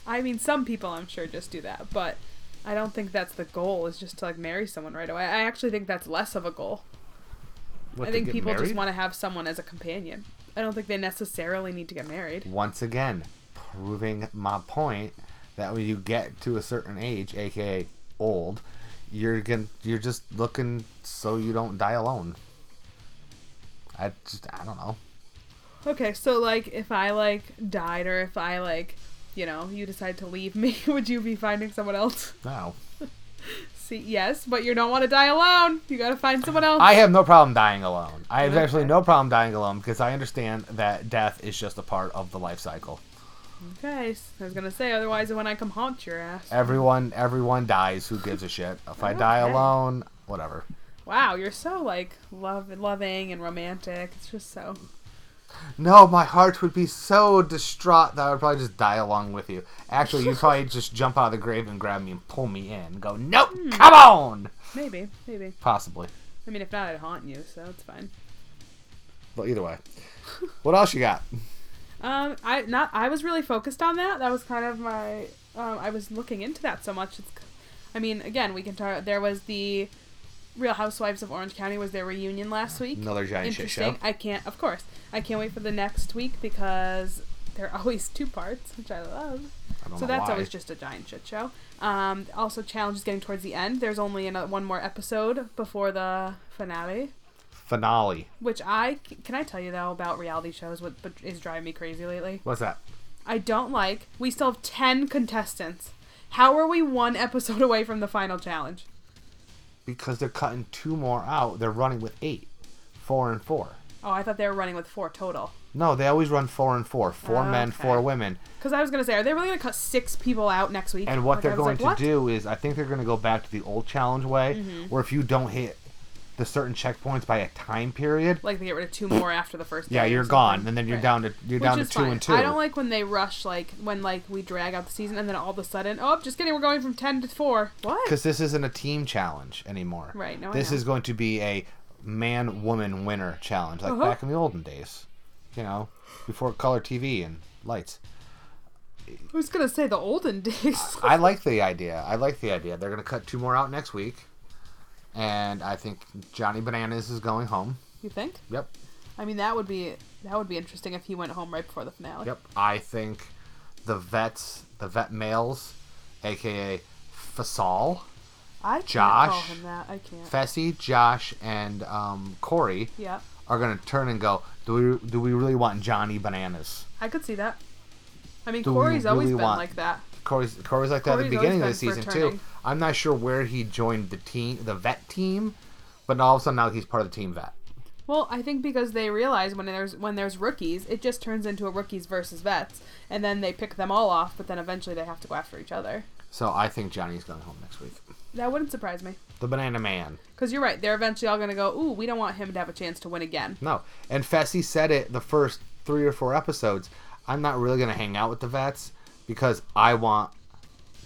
[SPEAKER 3] I mean, some people I'm sure just do that, but I don't think that's the goal. Is just to like marry someone right away. I actually think that's less of a goal.
[SPEAKER 1] What,
[SPEAKER 3] I
[SPEAKER 1] to
[SPEAKER 3] think
[SPEAKER 1] get
[SPEAKER 3] people just
[SPEAKER 1] married?
[SPEAKER 3] want to have someone as a companion. I don't think they necessarily need to get married.
[SPEAKER 1] once again proving my point that when you get to a certain age, aka old, you're going you're just looking so you don't die alone. I just I don't know.
[SPEAKER 3] Okay, so like if I like died or if I like, you know, you decide to leave me, *laughs* would you be finding someone else?
[SPEAKER 1] No.
[SPEAKER 3] See, yes, but you don't want to die alone. You got to find someone else.
[SPEAKER 1] I have no problem dying alone. I have actually no problem dying alone because I understand that death is just a part of the life cycle.
[SPEAKER 3] okay, s- I was going to say otherwise when I come haunt your ass.
[SPEAKER 1] Everyone everyone dies who gives a shit. If I die
[SPEAKER 3] Okay.
[SPEAKER 1] alone, whatever.
[SPEAKER 3] Wow, you're so like love loving and romantic. It's just so
[SPEAKER 1] No, my heart would be so distraught that I would probably just die along with you. Actually, you'd
[SPEAKER 3] *laughs*
[SPEAKER 1] probably just jump out of the grave and grab me and pull me in. And go, nope,
[SPEAKER 3] Hmm.
[SPEAKER 1] come on!
[SPEAKER 3] maybe, maybe.
[SPEAKER 1] Possibly.
[SPEAKER 3] I mean, if not I'd haunt you, so it's fine.
[SPEAKER 1] But either way. What else you got?
[SPEAKER 3] Um, I not I was really focused on that. That was kind of my um, I was looking into that so much. It's, I mean, again, we can talk. There was the Real Housewives of Orange County was their reunion last week.
[SPEAKER 1] Another giant shit show.
[SPEAKER 3] I can't. Of course, I can't wait for the next week because There are *laughs* always two parts, which I love.
[SPEAKER 1] I don't
[SPEAKER 3] So
[SPEAKER 1] know
[SPEAKER 3] that's
[SPEAKER 1] why.
[SPEAKER 3] always just a giant shit show. Um, also, challenge is getting towards the end. There's only another, one more episode before the finale,
[SPEAKER 1] finale.
[SPEAKER 3] which I can I tell you though about reality shows. What but is driving me crazy lately?
[SPEAKER 1] What's that?
[SPEAKER 3] I don't like. We still have ten contestants. How are we one *laughs* episode away from the final challenge?
[SPEAKER 1] Because they're cutting two more out. They're running with eight, four and four.
[SPEAKER 3] Oh, I thought they were running with four total.
[SPEAKER 1] No, they always run four and four. Four men,
[SPEAKER 3] Okay.
[SPEAKER 1] four women.
[SPEAKER 3] Because I was gonna say, are they really gonna cut six people out next week?
[SPEAKER 1] And what
[SPEAKER 3] Like, I
[SPEAKER 1] they're
[SPEAKER 3] was
[SPEAKER 1] going
[SPEAKER 3] like, what? Mm-hmm.
[SPEAKER 1] to do is, I think they're going to go back to the old challenge way, where if you don't hit the certain checkpoints by a time period,
[SPEAKER 3] like they get rid of two more after the first.
[SPEAKER 1] yeah,
[SPEAKER 3] day or
[SPEAKER 1] you're
[SPEAKER 3] something.
[SPEAKER 1] gone, and then you're
[SPEAKER 3] Right.
[SPEAKER 1] down to you're
[SPEAKER 3] Which
[SPEAKER 1] down to
[SPEAKER 3] is
[SPEAKER 1] two
[SPEAKER 3] fine.
[SPEAKER 1] and two.
[SPEAKER 3] I don't like when they rush, like when like we drag out the season, and then all of a sudden, oh, just kidding, we're going from ten to four. What?
[SPEAKER 1] because this isn't a team challenge anymore.
[SPEAKER 3] Right, no, I
[SPEAKER 1] This
[SPEAKER 3] know.
[SPEAKER 1] is going to be a man woman winner challenge, like
[SPEAKER 3] Uh-huh.
[SPEAKER 1] back in the olden days, you know, before color TV and lights.
[SPEAKER 3] I was gonna say the olden *laughs* days.
[SPEAKER 1] I like the idea. I like the idea. They're going to cut two more out next week, and I think Johnny Bananas is going home.
[SPEAKER 3] you think?
[SPEAKER 1] Yep,
[SPEAKER 3] I mean, that would be that would be interesting if he went home right before the finale.
[SPEAKER 1] yep. I think the vets, the vet males, aka Fasal,
[SPEAKER 3] I can't call
[SPEAKER 1] Josh.
[SPEAKER 3] him that. I can't.
[SPEAKER 1] Fessy, Josh, and um, Corey
[SPEAKER 3] yeah,
[SPEAKER 1] are going to turn and go. Do we do we really want Johnny Bananas?
[SPEAKER 3] I could see that. I mean,
[SPEAKER 1] Do we
[SPEAKER 3] Corey's always
[SPEAKER 1] really
[SPEAKER 3] been
[SPEAKER 1] want-
[SPEAKER 3] like that.
[SPEAKER 1] Corey's Corey's like that at the
[SPEAKER 3] Corey's
[SPEAKER 1] beginning of the
[SPEAKER 3] always been
[SPEAKER 1] season too.
[SPEAKER 3] returning.
[SPEAKER 1] I'm not sure where he joined the team, the vet team, but all of a sudden now he's part of the team vet.
[SPEAKER 3] Well, I think because they realize when there's when there's rookies, it just turns into a rookies versus vets, and then they pick them all off, but then eventually they have to go after each other.
[SPEAKER 1] So I think Johnny's going home next week.
[SPEAKER 3] That wouldn't surprise me.
[SPEAKER 1] The Banana Man.
[SPEAKER 3] Because you're right, they're eventually all going to go, ooh, we don't want him to have a chance to win again.
[SPEAKER 1] No, and Fessy said it the first three or four episodes. I'm not really going to hang out with the vets because I want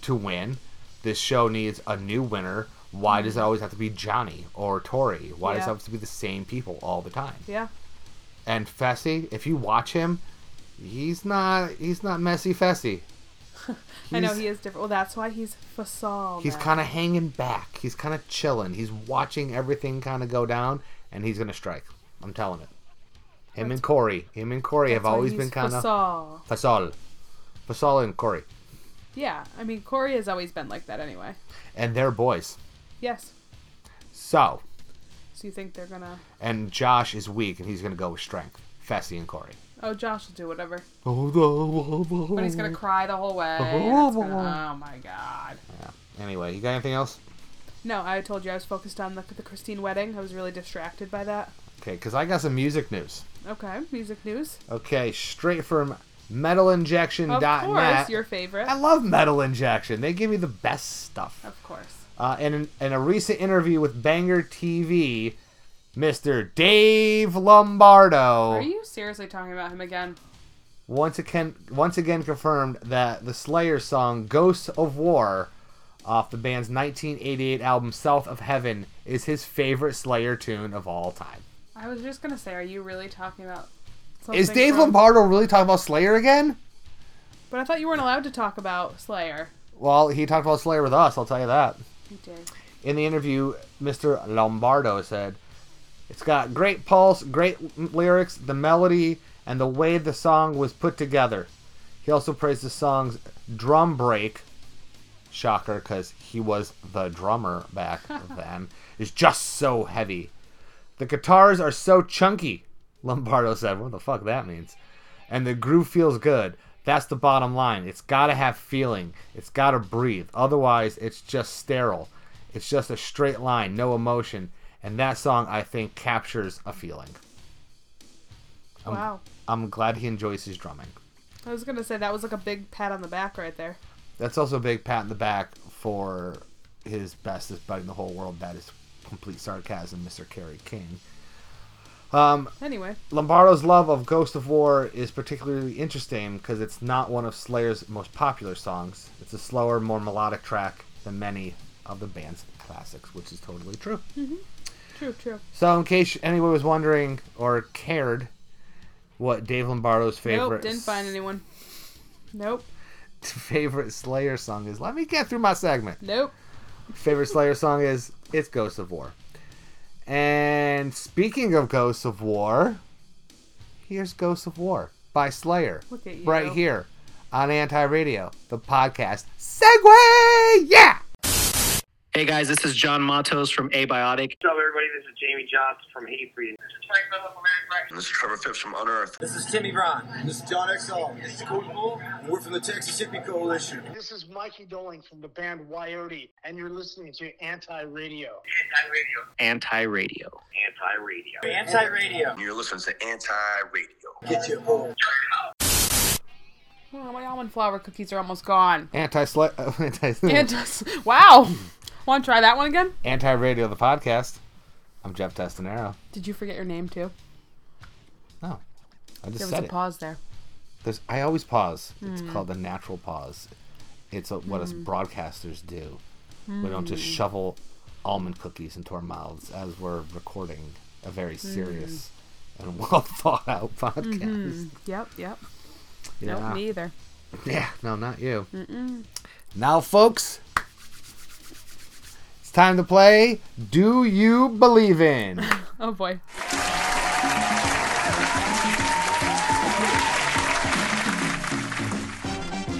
[SPEAKER 1] to win. This show needs a new winner. Why does it always have to be Johnny or Tori? Why does
[SPEAKER 3] Mm-hmm. Yeah.
[SPEAKER 1] it have to be the same people all the time?
[SPEAKER 3] Yeah.
[SPEAKER 1] And Fessy, if you watch him, he's not he's not messy Fessy.
[SPEAKER 3] *laughs* I know
[SPEAKER 1] He's-
[SPEAKER 3] he is different. Well, that's why he's facade.
[SPEAKER 1] He's kind of hanging back. He's kind of chilling. He's watching everything kind of go down, and he's gonna strike. I'm telling it. Him and Corey. Him and Corey have always been kind of
[SPEAKER 3] Facade.
[SPEAKER 1] Fasal, Fasal and Corey,
[SPEAKER 3] Yeah. I mean, Corey has always been like that anyway.
[SPEAKER 1] and they're boys.
[SPEAKER 3] Yes.
[SPEAKER 1] So,
[SPEAKER 3] So you think they're going to.
[SPEAKER 1] and Josh is weak, and he's gonna go with strength. Fessy and Corey.
[SPEAKER 3] Oh, Josh will do whatever. But
[SPEAKER 1] But
[SPEAKER 3] he's going to cry the whole way. and it's gonna- Mm-hmm. Oh, my God.
[SPEAKER 1] Anyway, you got anything else?
[SPEAKER 3] No, I told you I was focused on the, the Christine wedding. I was really distracted by that.
[SPEAKER 1] Okay, because I got some music news.
[SPEAKER 3] Okay. Music news.
[SPEAKER 1] Okay, straight from
[SPEAKER 3] Of
[SPEAKER 1] metalinjection.net.
[SPEAKER 3] course, your favorite.
[SPEAKER 1] I love Metal Injection. They give me the best stuff.
[SPEAKER 3] of course.
[SPEAKER 1] Uh, in, an, in a recent interview with Banger TV, Mr. Dave Lombardo
[SPEAKER 3] Are you seriously talking about him again?
[SPEAKER 1] once again once again confirmed that the Slayer song "Ghosts of War" off the band's 1988 album "South of Heaven" is his favorite Slayer tune of all time.
[SPEAKER 3] I was just going to say, are you really talking about.
[SPEAKER 1] Is
[SPEAKER 3] something
[SPEAKER 1] Dave
[SPEAKER 3] from-
[SPEAKER 1] Lombardo really talking about Slayer again?
[SPEAKER 3] But I thought you weren't allowed to talk about Slayer.
[SPEAKER 1] Well, he talked about Slayer with us. I'll tell you that.
[SPEAKER 3] You did.
[SPEAKER 1] in the interview, Mr. Lombardo said, "It's got great pulse, great l- lyrics, the melody, and the way the song was put together." He also praised the song's drum break. Shocker, because he was the drummer back then. Is just so heavy. The guitars are so chunky. Lombardo said, "What the fuck that means?" And the groove feels good. That's the bottom line. It's gotta have feeling. It's gotta breathe. Otherwise, it's just sterile. It's just a straight line, no emotion. And that song, I think, captures a feeling.
[SPEAKER 3] Wow.
[SPEAKER 1] I'm glad he enjoys his drumming.
[SPEAKER 3] I was gonna say that was like a big pat on the back right there.
[SPEAKER 1] That's also a big pat in the back for his bestest buddy in the whole world. That is complete sarcasm, Mr. Kerry King.
[SPEAKER 3] Anyway,
[SPEAKER 1] Lombardo's love of Ghost of War is particularly interesting because it's not one of Slayer's most popular songs. It's a slower, more melodic track than many of the band's classics, which is totally true.
[SPEAKER 3] true, true.
[SPEAKER 1] So, in case anyone was wondering or cared what Dave Lombardo's favorite
[SPEAKER 3] Nope, didn't find anyone. Nope,
[SPEAKER 1] *laughs* favorite Slayer song is, let me get through my segment.
[SPEAKER 3] nope.
[SPEAKER 1] favorite Slayer song is "It's Ghosts of War." And speaking of Ghosts of War, here's "Ghosts of War" by Slayer.
[SPEAKER 3] Look at you.
[SPEAKER 1] Right here on Anti Radio, the podcast. Segway! Yeah!
[SPEAKER 6] Hey guys, this is John Matos from Abiotic.
[SPEAKER 7] What's up, everybody? This is Jamie Johnson from Hate Breed.
[SPEAKER 2] This is Trevor Phipps from Unearthed.
[SPEAKER 8] This is Timmy Ron. This is John XL. This is Cody Bull. And we're from the Texas Hippie Coalition.
[SPEAKER 9] This is Mikey Doling from the band Wyote, and you're listening to Anti Radio.
[SPEAKER 6] Anti Radio.
[SPEAKER 7] Anti-radio.
[SPEAKER 8] Anti Radio.
[SPEAKER 2] You're listening to Anti-Radio.
[SPEAKER 8] Get you home.
[SPEAKER 3] Oh, my almond flour cookies are almost gone.
[SPEAKER 1] Anti Slayer. *laughs* Anti
[SPEAKER 3] And just, wow. Want to try that one again?
[SPEAKER 1] Anti Radio, the podcast. I'm Jeff Testinero.
[SPEAKER 3] Did you forget your name too?
[SPEAKER 1] No, I just
[SPEAKER 3] There was
[SPEAKER 1] said
[SPEAKER 3] a
[SPEAKER 1] it.
[SPEAKER 3] pause there.
[SPEAKER 1] There's, I always pause. It's
[SPEAKER 3] Hmm.
[SPEAKER 1] called the natural pause. It's uh what us broadcasters do. We don't
[SPEAKER 3] Hmm.
[SPEAKER 1] just shovel almond cookies into our mouths as we're recording a very
[SPEAKER 3] Hmm.
[SPEAKER 1] serious and *laughs* well thought out podcast.
[SPEAKER 3] Yep, yep.
[SPEAKER 1] Yeah.
[SPEAKER 3] Mm-hmm. Nope, me either.
[SPEAKER 1] Yeah, no, not you. Now, folks, it's time to play Do You Believe
[SPEAKER 3] *laughs*
[SPEAKER 1] In?
[SPEAKER 3] Oh boy.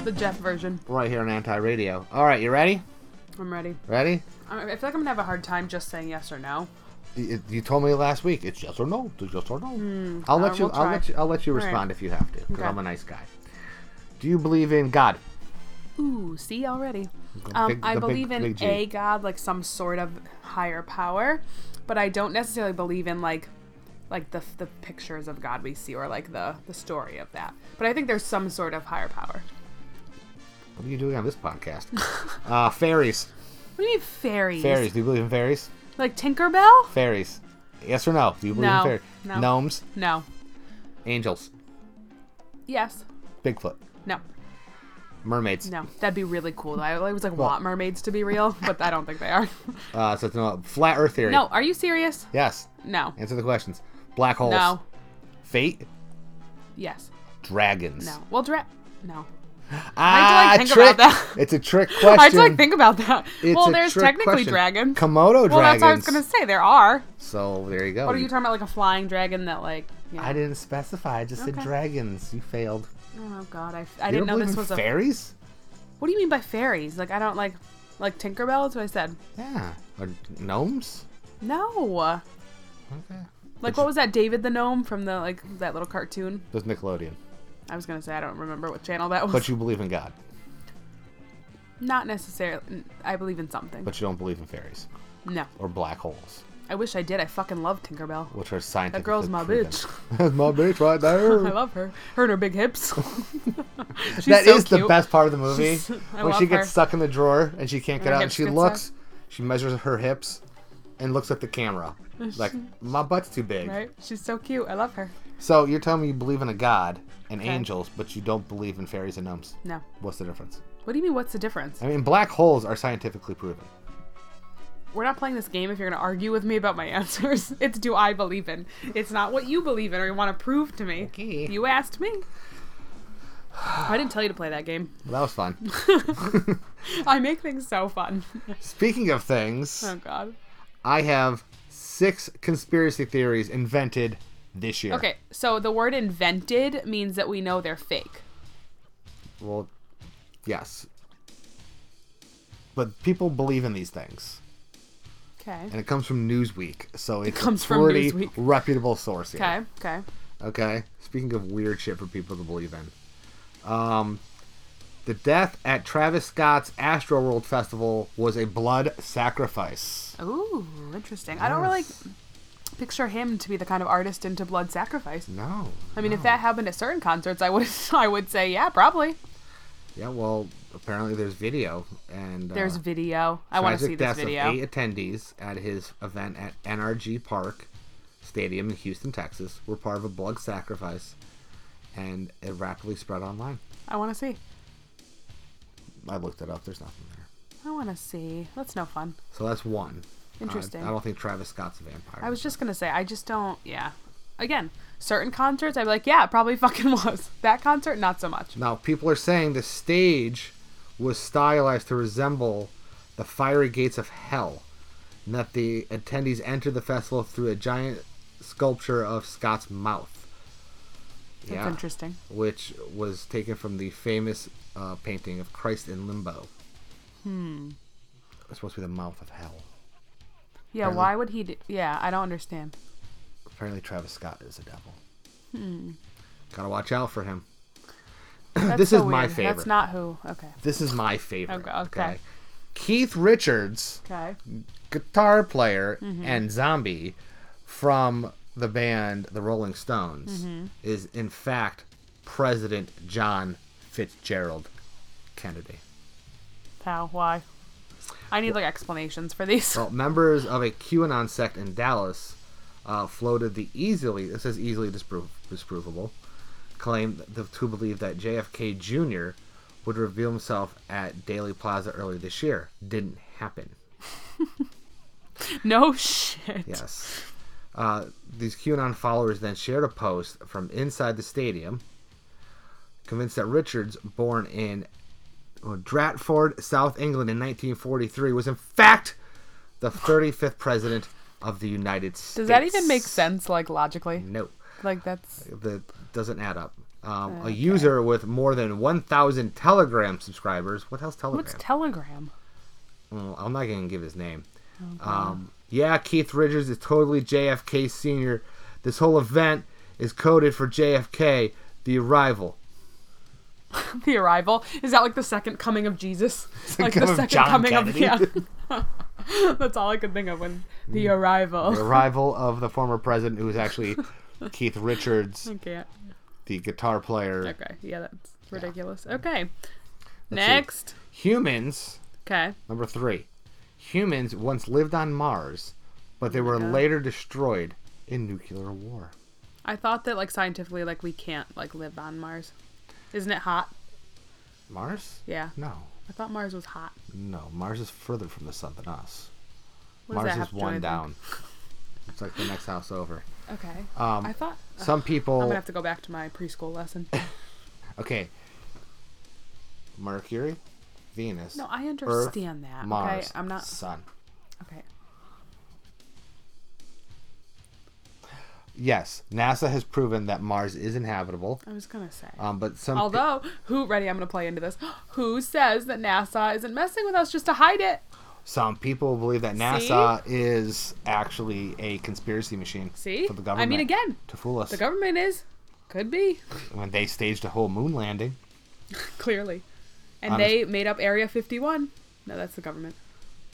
[SPEAKER 3] The Jeff version.
[SPEAKER 1] right here on Anti Radio. All right, you ready?
[SPEAKER 3] I'm ready.
[SPEAKER 1] Ready?
[SPEAKER 3] I I feel like I'm gonna have a hard time just saying yes or no.
[SPEAKER 1] You you told me last week it's yes or no. It's yes or no. I'll let
[SPEAKER 3] I
[SPEAKER 1] you.
[SPEAKER 3] will
[SPEAKER 1] I'll
[SPEAKER 3] try.
[SPEAKER 1] let you. I'll let you
[SPEAKER 3] right.
[SPEAKER 1] respond if you have to, because
[SPEAKER 3] Okay.
[SPEAKER 1] I'm a nice guy. Do you believe in God?
[SPEAKER 3] Ooh, see already. Um,
[SPEAKER 1] big-
[SPEAKER 3] I
[SPEAKER 1] the big-
[SPEAKER 3] believe in
[SPEAKER 1] big G.
[SPEAKER 3] a god, like some sort of higher power, but I don't necessarily believe in like like the the pictures of God we see or like the the story of that. But I think there's some sort of higher power.
[SPEAKER 1] What are you doing on this podcast?
[SPEAKER 3] *laughs*
[SPEAKER 1] uh, fairies.
[SPEAKER 3] What do you mean fairies?
[SPEAKER 1] Fairies. Do you believe in fairies?
[SPEAKER 3] Like Tinkerbell?
[SPEAKER 1] Fairies. Yes or no? Do you believe
[SPEAKER 3] No.
[SPEAKER 1] in fairies?
[SPEAKER 3] No.
[SPEAKER 1] Gnomes.
[SPEAKER 3] No.
[SPEAKER 1] Angels.
[SPEAKER 3] Yes.
[SPEAKER 1] Bigfoot.
[SPEAKER 3] No.
[SPEAKER 1] Mermaids.
[SPEAKER 3] No. That'd be really cool. I always like want mermaids to be real, but I don't think they are.
[SPEAKER 1] Uh, so it's no flat Earth theory.
[SPEAKER 3] no. Are you serious?
[SPEAKER 1] Yes.
[SPEAKER 3] No.
[SPEAKER 1] Answer the questions. Black holes.
[SPEAKER 3] No.
[SPEAKER 1] Fate.
[SPEAKER 3] Yes.
[SPEAKER 1] Dragons.
[SPEAKER 3] No. Well, dra- no.
[SPEAKER 1] Ah,
[SPEAKER 3] I had to, like, think
[SPEAKER 1] trick.
[SPEAKER 3] about that.
[SPEAKER 1] It's a
[SPEAKER 3] *laughs*
[SPEAKER 1] trick
[SPEAKER 3] I had to
[SPEAKER 1] question.
[SPEAKER 3] like think about that.
[SPEAKER 1] It's
[SPEAKER 3] well,
[SPEAKER 1] a
[SPEAKER 3] there's
[SPEAKER 1] trick
[SPEAKER 3] technically
[SPEAKER 1] question.
[SPEAKER 3] dragons.
[SPEAKER 1] Komodo dragons.
[SPEAKER 3] Well, that's what I was gonna say. There are.
[SPEAKER 1] So there you go.
[SPEAKER 3] What are you talking about? Like a flying dragon that like. Yeah.
[SPEAKER 1] I didn't specify. I just said
[SPEAKER 3] Okay.
[SPEAKER 1] dragons. You failed.
[SPEAKER 3] Oh God, I, I
[SPEAKER 1] You
[SPEAKER 3] didn't
[SPEAKER 1] don't
[SPEAKER 3] know
[SPEAKER 1] believe
[SPEAKER 3] this
[SPEAKER 1] in
[SPEAKER 3] was a.
[SPEAKER 1] fairies.
[SPEAKER 3] What do you mean by fairies? Like I don't like, like Tinkerbell. That's what I said.
[SPEAKER 1] Yeah. Or gnomes.
[SPEAKER 3] No.
[SPEAKER 1] Okay.
[SPEAKER 3] Like what was that? David the gnome from the like that little cartoon.
[SPEAKER 1] There's Nickelodeon.
[SPEAKER 3] I was gonna say I don't remember what channel that was.
[SPEAKER 1] But you believe in God,
[SPEAKER 3] *laughs* Not necessarily. I believe in something.
[SPEAKER 1] but you don't believe in fairies
[SPEAKER 3] no,
[SPEAKER 1] or black holes,
[SPEAKER 3] I wish I did. I fucking love Tinkerbell.
[SPEAKER 1] which are scientifically
[SPEAKER 3] That girl's my
[SPEAKER 1] proven.
[SPEAKER 3] bitch.
[SPEAKER 1] *laughs* That's my bitch right there.
[SPEAKER 3] *laughs* I love her. Her and her
[SPEAKER 1] *laughs*
[SPEAKER 3] big hips. *laughs* She's
[SPEAKER 1] That is
[SPEAKER 3] so
[SPEAKER 1] the
[SPEAKER 3] cute.
[SPEAKER 1] best part of the movie
[SPEAKER 3] I
[SPEAKER 1] when
[SPEAKER 3] love
[SPEAKER 1] she gets
[SPEAKER 3] her.
[SPEAKER 1] stuck in the drawer and she can't get
[SPEAKER 3] her
[SPEAKER 1] out and
[SPEAKER 3] hips
[SPEAKER 1] she
[SPEAKER 3] gets
[SPEAKER 1] looks she measures her hips and looks at the
[SPEAKER 3] *laughs*
[SPEAKER 1] camera like my butt's too big
[SPEAKER 3] Right? She's so cute. I love her.
[SPEAKER 1] so you're telling me you believe in a god and angels but you don't believe in fairies and gnomes
[SPEAKER 3] No.
[SPEAKER 1] what's the difference
[SPEAKER 3] What do you mean? What's the difference?
[SPEAKER 1] i mean black holes are scientifically proven
[SPEAKER 3] We're not playing this game if you're gonna argue with me about my *laughs* answers. It's do I believe in? It's not what you believe in or you want to prove to me.
[SPEAKER 1] Okay.
[SPEAKER 3] You asked me. *sighs* I didn't tell you to play that game. *laughs*
[SPEAKER 1] well, that was fun
[SPEAKER 3] I make things so fun. *laughs*
[SPEAKER 1] speaking of things
[SPEAKER 3] oh God.
[SPEAKER 1] i have six conspiracy theories invented this year
[SPEAKER 3] Okay, so the word invented means that we know they're fake.
[SPEAKER 1] well yes but people believe in these things
[SPEAKER 3] Okay.
[SPEAKER 1] and it comes from Newsweek, so it's
[SPEAKER 3] comes
[SPEAKER 1] a
[SPEAKER 3] from
[SPEAKER 1] pretty
[SPEAKER 3] Newsweek.
[SPEAKER 1] reputable source here.
[SPEAKER 3] Okay. Okay.
[SPEAKER 1] Okay. Speaking of weird shit for people to believe in, um, the death at Travis Scott's Astroworld Festival was a blood sacrifice.
[SPEAKER 3] Ooh, interesting. I don't really
[SPEAKER 1] Yes.
[SPEAKER 3] picture him to be the kind of artist into blood sacrifice.
[SPEAKER 1] No.
[SPEAKER 3] I mean, if that happened at certain concerts, I would *laughs* I would say yeah, probably.
[SPEAKER 1] Yeah. Well, apparently there's video and
[SPEAKER 3] There's
[SPEAKER 1] uh,
[SPEAKER 3] video. I want to
[SPEAKER 1] tragic
[SPEAKER 3] see this
[SPEAKER 1] deaths
[SPEAKER 3] video.
[SPEAKER 1] of eight attendees at his event at NRG Park Stadium in Houston, Texas, were part of a blood sacrifice, and it rapidly spread online.
[SPEAKER 3] I want to see.
[SPEAKER 1] I looked it up. There's nothing there.
[SPEAKER 3] I want to see. That's no fun.
[SPEAKER 1] So that's one.
[SPEAKER 3] Interesting.
[SPEAKER 1] I, I don't think Travis Scott's a vampire.
[SPEAKER 3] I was just gonna say I just don't. Yeah. Again, certain concerts, I'd be like, yeah, it probably *laughs* fucking was. That concert, not so much.
[SPEAKER 1] Now people are saying the stage was stylized to resemble the fiery gates of hell, and that the attendees entered the festival through a giant sculpture of Scott's mouth. Yeah.
[SPEAKER 3] interesting.
[SPEAKER 1] Which was taken from the famous uh, painting of Christ in Limbo.
[SPEAKER 3] Hmm.
[SPEAKER 1] It's supposed to be the mouth of hell.
[SPEAKER 3] Yeah,
[SPEAKER 1] Apparently-
[SPEAKER 3] why would he do Yeah, I don't understand.
[SPEAKER 1] Apparently, Travis Scott is a devil.
[SPEAKER 3] Hmm.
[SPEAKER 1] Gotta watch out for him. *clears throat* *clears throat*
[SPEAKER 3] That's
[SPEAKER 1] this
[SPEAKER 3] so
[SPEAKER 1] is my
[SPEAKER 3] weird.
[SPEAKER 1] favorite.
[SPEAKER 3] That's not who. Okay.
[SPEAKER 1] This is my favorite.
[SPEAKER 3] Okay, okay.
[SPEAKER 1] Keith Richards,
[SPEAKER 3] Okay.
[SPEAKER 1] guitar player
[SPEAKER 3] Mhm.
[SPEAKER 1] and zombie from the band The Rolling Stones,
[SPEAKER 3] Mhm.
[SPEAKER 1] is in fact President John Fitzgerald Kennedy.
[SPEAKER 3] How? Why? I need like explanations for these.
[SPEAKER 1] Well, members of a QAnon sect in Dallas uh, floated the easily, it says easily disprov- disprovable, claim the, to believe that JFK Jr. would reveal himself at Daily Plaza earlier this year. Didn't happen.
[SPEAKER 3] *laughs* No shit.
[SPEAKER 1] Yes. Uh, these QAnon followers then shared a post from inside the stadium, convinced that Richards, born in uh, Dratford, South England in 1943, was in fact the 35th president of the United States.
[SPEAKER 3] Does that even make sense, like logically?
[SPEAKER 1] No,
[SPEAKER 3] Like that's
[SPEAKER 1] that doesn't add up. Um, A user with more than 1,000 Telegram subscribers. What the hell's Telegram?
[SPEAKER 3] what's Telegram?
[SPEAKER 1] Well, I'm not going to give his name.
[SPEAKER 3] Okay.
[SPEAKER 1] Um, yeah, Keith Richards is totally JFK Sr. This whole event is coded for JFK, the arrival.
[SPEAKER 3] the arrival is that like the second coming of Jesus? like the
[SPEAKER 1] coming of
[SPEAKER 3] second
[SPEAKER 1] John
[SPEAKER 3] coming
[SPEAKER 1] Kennedy. Mm.
[SPEAKER 3] of yeah. *laughs* that's all I could think of when the arrival. *laughs*
[SPEAKER 1] The arrival of the former president, who is actually Keith Richards,
[SPEAKER 3] I can't.
[SPEAKER 1] the guitar player.
[SPEAKER 3] Okay. Yeah, that's ridiculous. Okay.
[SPEAKER 1] Let's see.
[SPEAKER 3] Next.
[SPEAKER 1] Humans,
[SPEAKER 3] Okay.
[SPEAKER 1] number three. Humans once lived on Mars, but they were
[SPEAKER 3] Oh God.
[SPEAKER 1] later destroyed in nuclear war.
[SPEAKER 3] I thought that like scientifically like we can't like live on Mars. Isn't it hot?
[SPEAKER 1] Mars?
[SPEAKER 3] Yeah.
[SPEAKER 1] No.
[SPEAKER 3] I thought Mars was hot.
[SPEAKER 1] No, Mars is further from the sun than us.
[SPEAKER 3] What does
[SPEAKER 1] Mars
[SPEAKER 3] that have
[SPEAKER 1] is
[SPEAKER 3] to do
[SPEAKER 1] one
[SPEAKER 3] anything?
[SPEAKER 1] down. It's like the next house over.
[SPEAKER 3] Okay.
[SPEAKER 1] Um,
[SPEAKER 3] I thought
[SPEAKER 1] some
[SPEAKER 3] Ugh,
[SPEAKER 1] people-
[SPEAKER 3] I'm gonna have to go back to my preschool lesson.
[SPEAKER 1] Okay. Mercury, Venus.
[SPEAKER 3] No, I
[SPEAKER 1] Earth,
[SPEAKER 3] understand that, okay?
[SPEAKER 1] Mars,
[SPEAKER 3] I'm not-
[SPEAKER 1] Sun.
[SPEAKER 3] Okay.
[SPEAKER 1] Yes, NASA has proven that Mars is inhabitable.
[SPEAKER 3] I was gonna say.
[SPEAKER 1] Um, but some.
[SPEAKER 3] *laughs* Although, who ready? I'm gonna play into this. *gasps* Who says that NASA isn't messing with us just to hide it?
[SPEAKER 1] Some people believe that NASA is actually a conspiracy machine
[SPEAKER 3] See?
[SPEAKER 1] for the
[SPEAKER 3] I
[SPEAKER 1] government.
[SPEAKER 3] mean, again,
[SPEAKER 1] to fool us
[SPEAKER 3] the government is, could be, *laughs*
[SPEAKER 1] when they staged a whole moon landing.
[SPEAKER 3] clearly, and
[SPEAKER 1] Honest-
[SPEAKER 3] they made up Area 51. No, that's the government.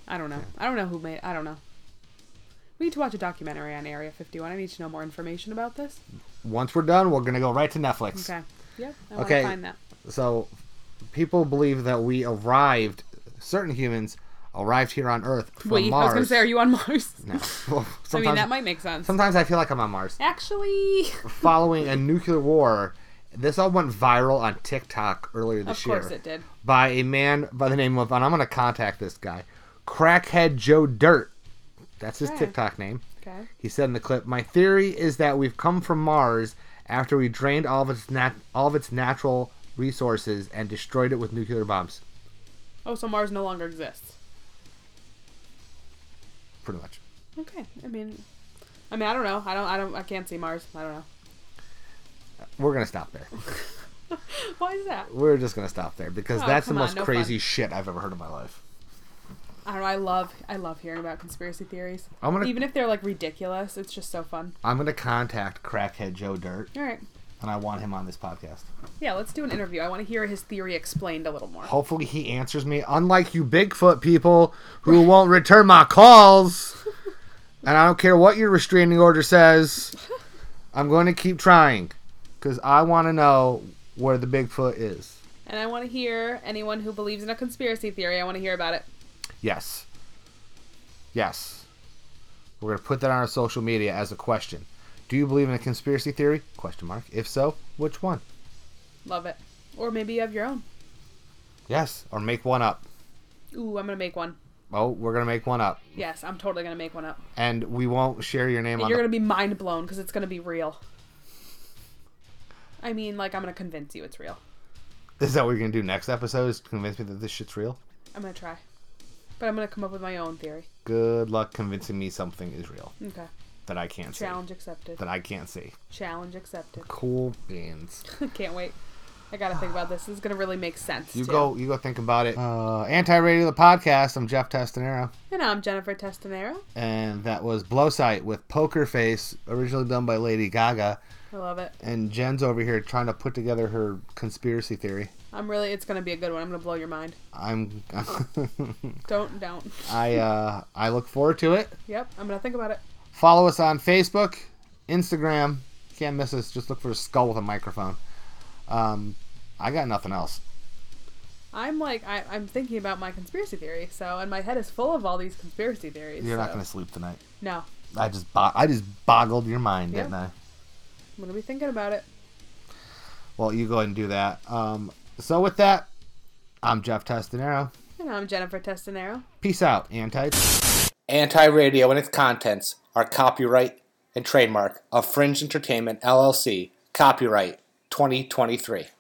[SPEAKER 3] I don't know. I don't know who made. I don't know. We need to watch a documentary on Area 51. I need to know more information about this.
[SPEAKER 1] Once we're done, we're gonna go right to Netflix.
[SPEAKER 3] Okay. Yep. I
[SPEAKER 1] Okay.
[SPEAKER 3] want to find that.
[SPEAKER 1] So, people believe that we arrived. Certain humans arrived here on Earth from
[SPEAKER 3] Wait,
[SPEAKER 1] Mars.
[SPEAKER 3] I was gonna say, are you on Mars?
[SPEAKER 1] No. *laughs* Well,
[SPEAKER 3] *laughs* I mean,
[SPEAKER 1] sometimes-
[SPEAKER 3] that might make sense.
[SPEAKER 1] Sometimes I feel like I'm on Mars.
[SPEAKER 3] Actually,
[SPEAKER 1] Following a nuclear war, this all went viral on TikTok earlier
[SPEAKER 3] of
[SPEAKER 1] this year.
[SPEAKER 3] course it did.
[SPEAKER 1] By a man by the name of, and I'm going to contact this guy, Crackhead Joe Dirt. That's his
[SPEAKER 3] Okay.
[SPEAKER 1] TikTok name.
[SPEAKER 3] Okay.
[SPEAKER 1] He said in the clip, "My theory is that we've come from Mars after we drained all of its nat- all of its natural resources and destroyed it with nuclear bombs."
[SPEAKER 3] Oh, so Mars no longer exists.
[SPEAKER 1] Pretty much.
[SPEAKER 3] Okay. I mean, I mean, I don't know. I don't. I don't. I can't see Mars. I don't know.
[SPEAKER 1] We're going to stop there.
[SPEAKER 3] *laughs* Why is that?
[SPEAKER 1] We're just going to stop there because
[SPEAKER 3] Oh,
[SPEAKER 1] that's the
[SPEAKER 3] come on,
[SPEAKER 1] most
[SPEAKER 3] no
[SPEAKER 1] crazy
[SPEAKER 3] fun.
[SPEAKER 1] shit I've ever heard in my life.
[SPEAKER 3] I don't know. I love. I love hearing about conspiracy theories.
[SPEAKER 1] I'm gonna-
[SPEAKER 3] Even if they're like ridiculous, it's just so fun.
[SPEAKER 1] I'm going to contact Crackhead Joe Dirt
[SPEAKER 3] All right.
[SPEAKER 1] and I want him on this podcast.
[SPEAKER 3] Yeah. Let's do an interview. I want to hear his theory explained a little more.
[SPEAKER 1] Hopefully, he answers me, unlike you Bigfoot people who won't return my calls. And I don't care what your restraining order says, I'm going to keep trying because I want to know where the Bigfoot is.
[SPEAKER 3] And I want to hear anyone who believes in a conspiracy theory. I want to hear about it.
[SPEAKER 1] Yes. Yes. We're going to put that on our social media as a question. Do you believe in a conspiracy theory? Question mark. If so, which one?
[SPEAKER 3] Love it. Or maybe you have your own.
[SPEAKER 1] Yes, or make one up.
[SPEAKER 3] Ooh, I'm gonna make one.
[SPEAKER 1] Oh, we're going to make one up.
[SPEAKER 3] Yes, I'm totally gonna make one up.
[SPEAKER 1] And we won't share your name
[SPEAKER 3] And
[SPEAKER 1] on
[SPEAKER 3] you're
[SPEAKER 1] the
[SPEAKER 3] gonna be mind blown because it's gonna be real. I mean, like I'm gonna convince you it's real.
[SPEAKER 1] Is that what you're gonna do next episode? Is convince me that this shit's real?
[SPEAKER 3] I'm gonna try, but I'm gonna come up with my own theory.
[SPEAKER 1] Good luck convincing me something is real.
[SPEAKER 3] Okay.
[SPEAKER 1] that I can't see.
[SPEAKER 3] Challenge accepted.
[SPEAKER 1] That I can't see.
[SPEAKER 3] Challenge accepted. *laughs*
[SPEAKER 1] Cool beans.
[SPEAKER 3] Can't wait. I gotta think about this. This is gonna really make sense.
[SPEAKER 1] You
[SPEAKER 3] too.
[SPEAKER 1] go. You go think about it. Uh, Anti Radio the podcast. I'm Jeff Testanero,
[SPEAKER 3] And I'm Jennifer Testanero.
[SPEAKER 1] and that was Blowsight with Poker Face, originally done by Lady Gaga.
[SPEAKER 3] I love it.
[SPEAKER 1] And Jen's over here trying to put together her conspiracy theory.
[SPEAKER 3] I'm really. It's gonna be a good one. I'm gonna blow your mind.
[SPEAKER 1] I'm. *laughs*
[SPEAKER 3] Don't don't.
[SPEAKER 1] I uh, I look forward to it.
[SPEAKER 3] Yep. I'm gonna think about it.
[SPEAKER 1] Follow us on Facebook, Instagram. Can't miss us. Just look for a skull with a microphone. Um, I got nothing else.
[SPEAKER 3] I'm like I, I'm thinking about my conspiracy theory. So and my head is full of all these conspiracy theories.
[SPEAKER 1] You're not
[SPEAKER 3] so-
[SPEAKER 1] gonna sleep tonight.
[SPEAKER 3] No.
[SPEAKER 1] I just bo- I just boggled your mind,
[SPEAKER 3] Yeah.
[SPEAKER 1] didn't I?
[SPEAKER 3] I'm gonna be thinking about it.
[SPEAKER 1] Well, you go ahead and do that. Um, so with that, I'm Jeff Testanero.
[SPEAKER 3] And I'm Jennifer Testanero.
[SPEAKER 1] Peace out, anti.
[SPEAKER 10] Anti Radio and its contents are copyright and trademark of Fringe Entertainment LLC, copyright 2023.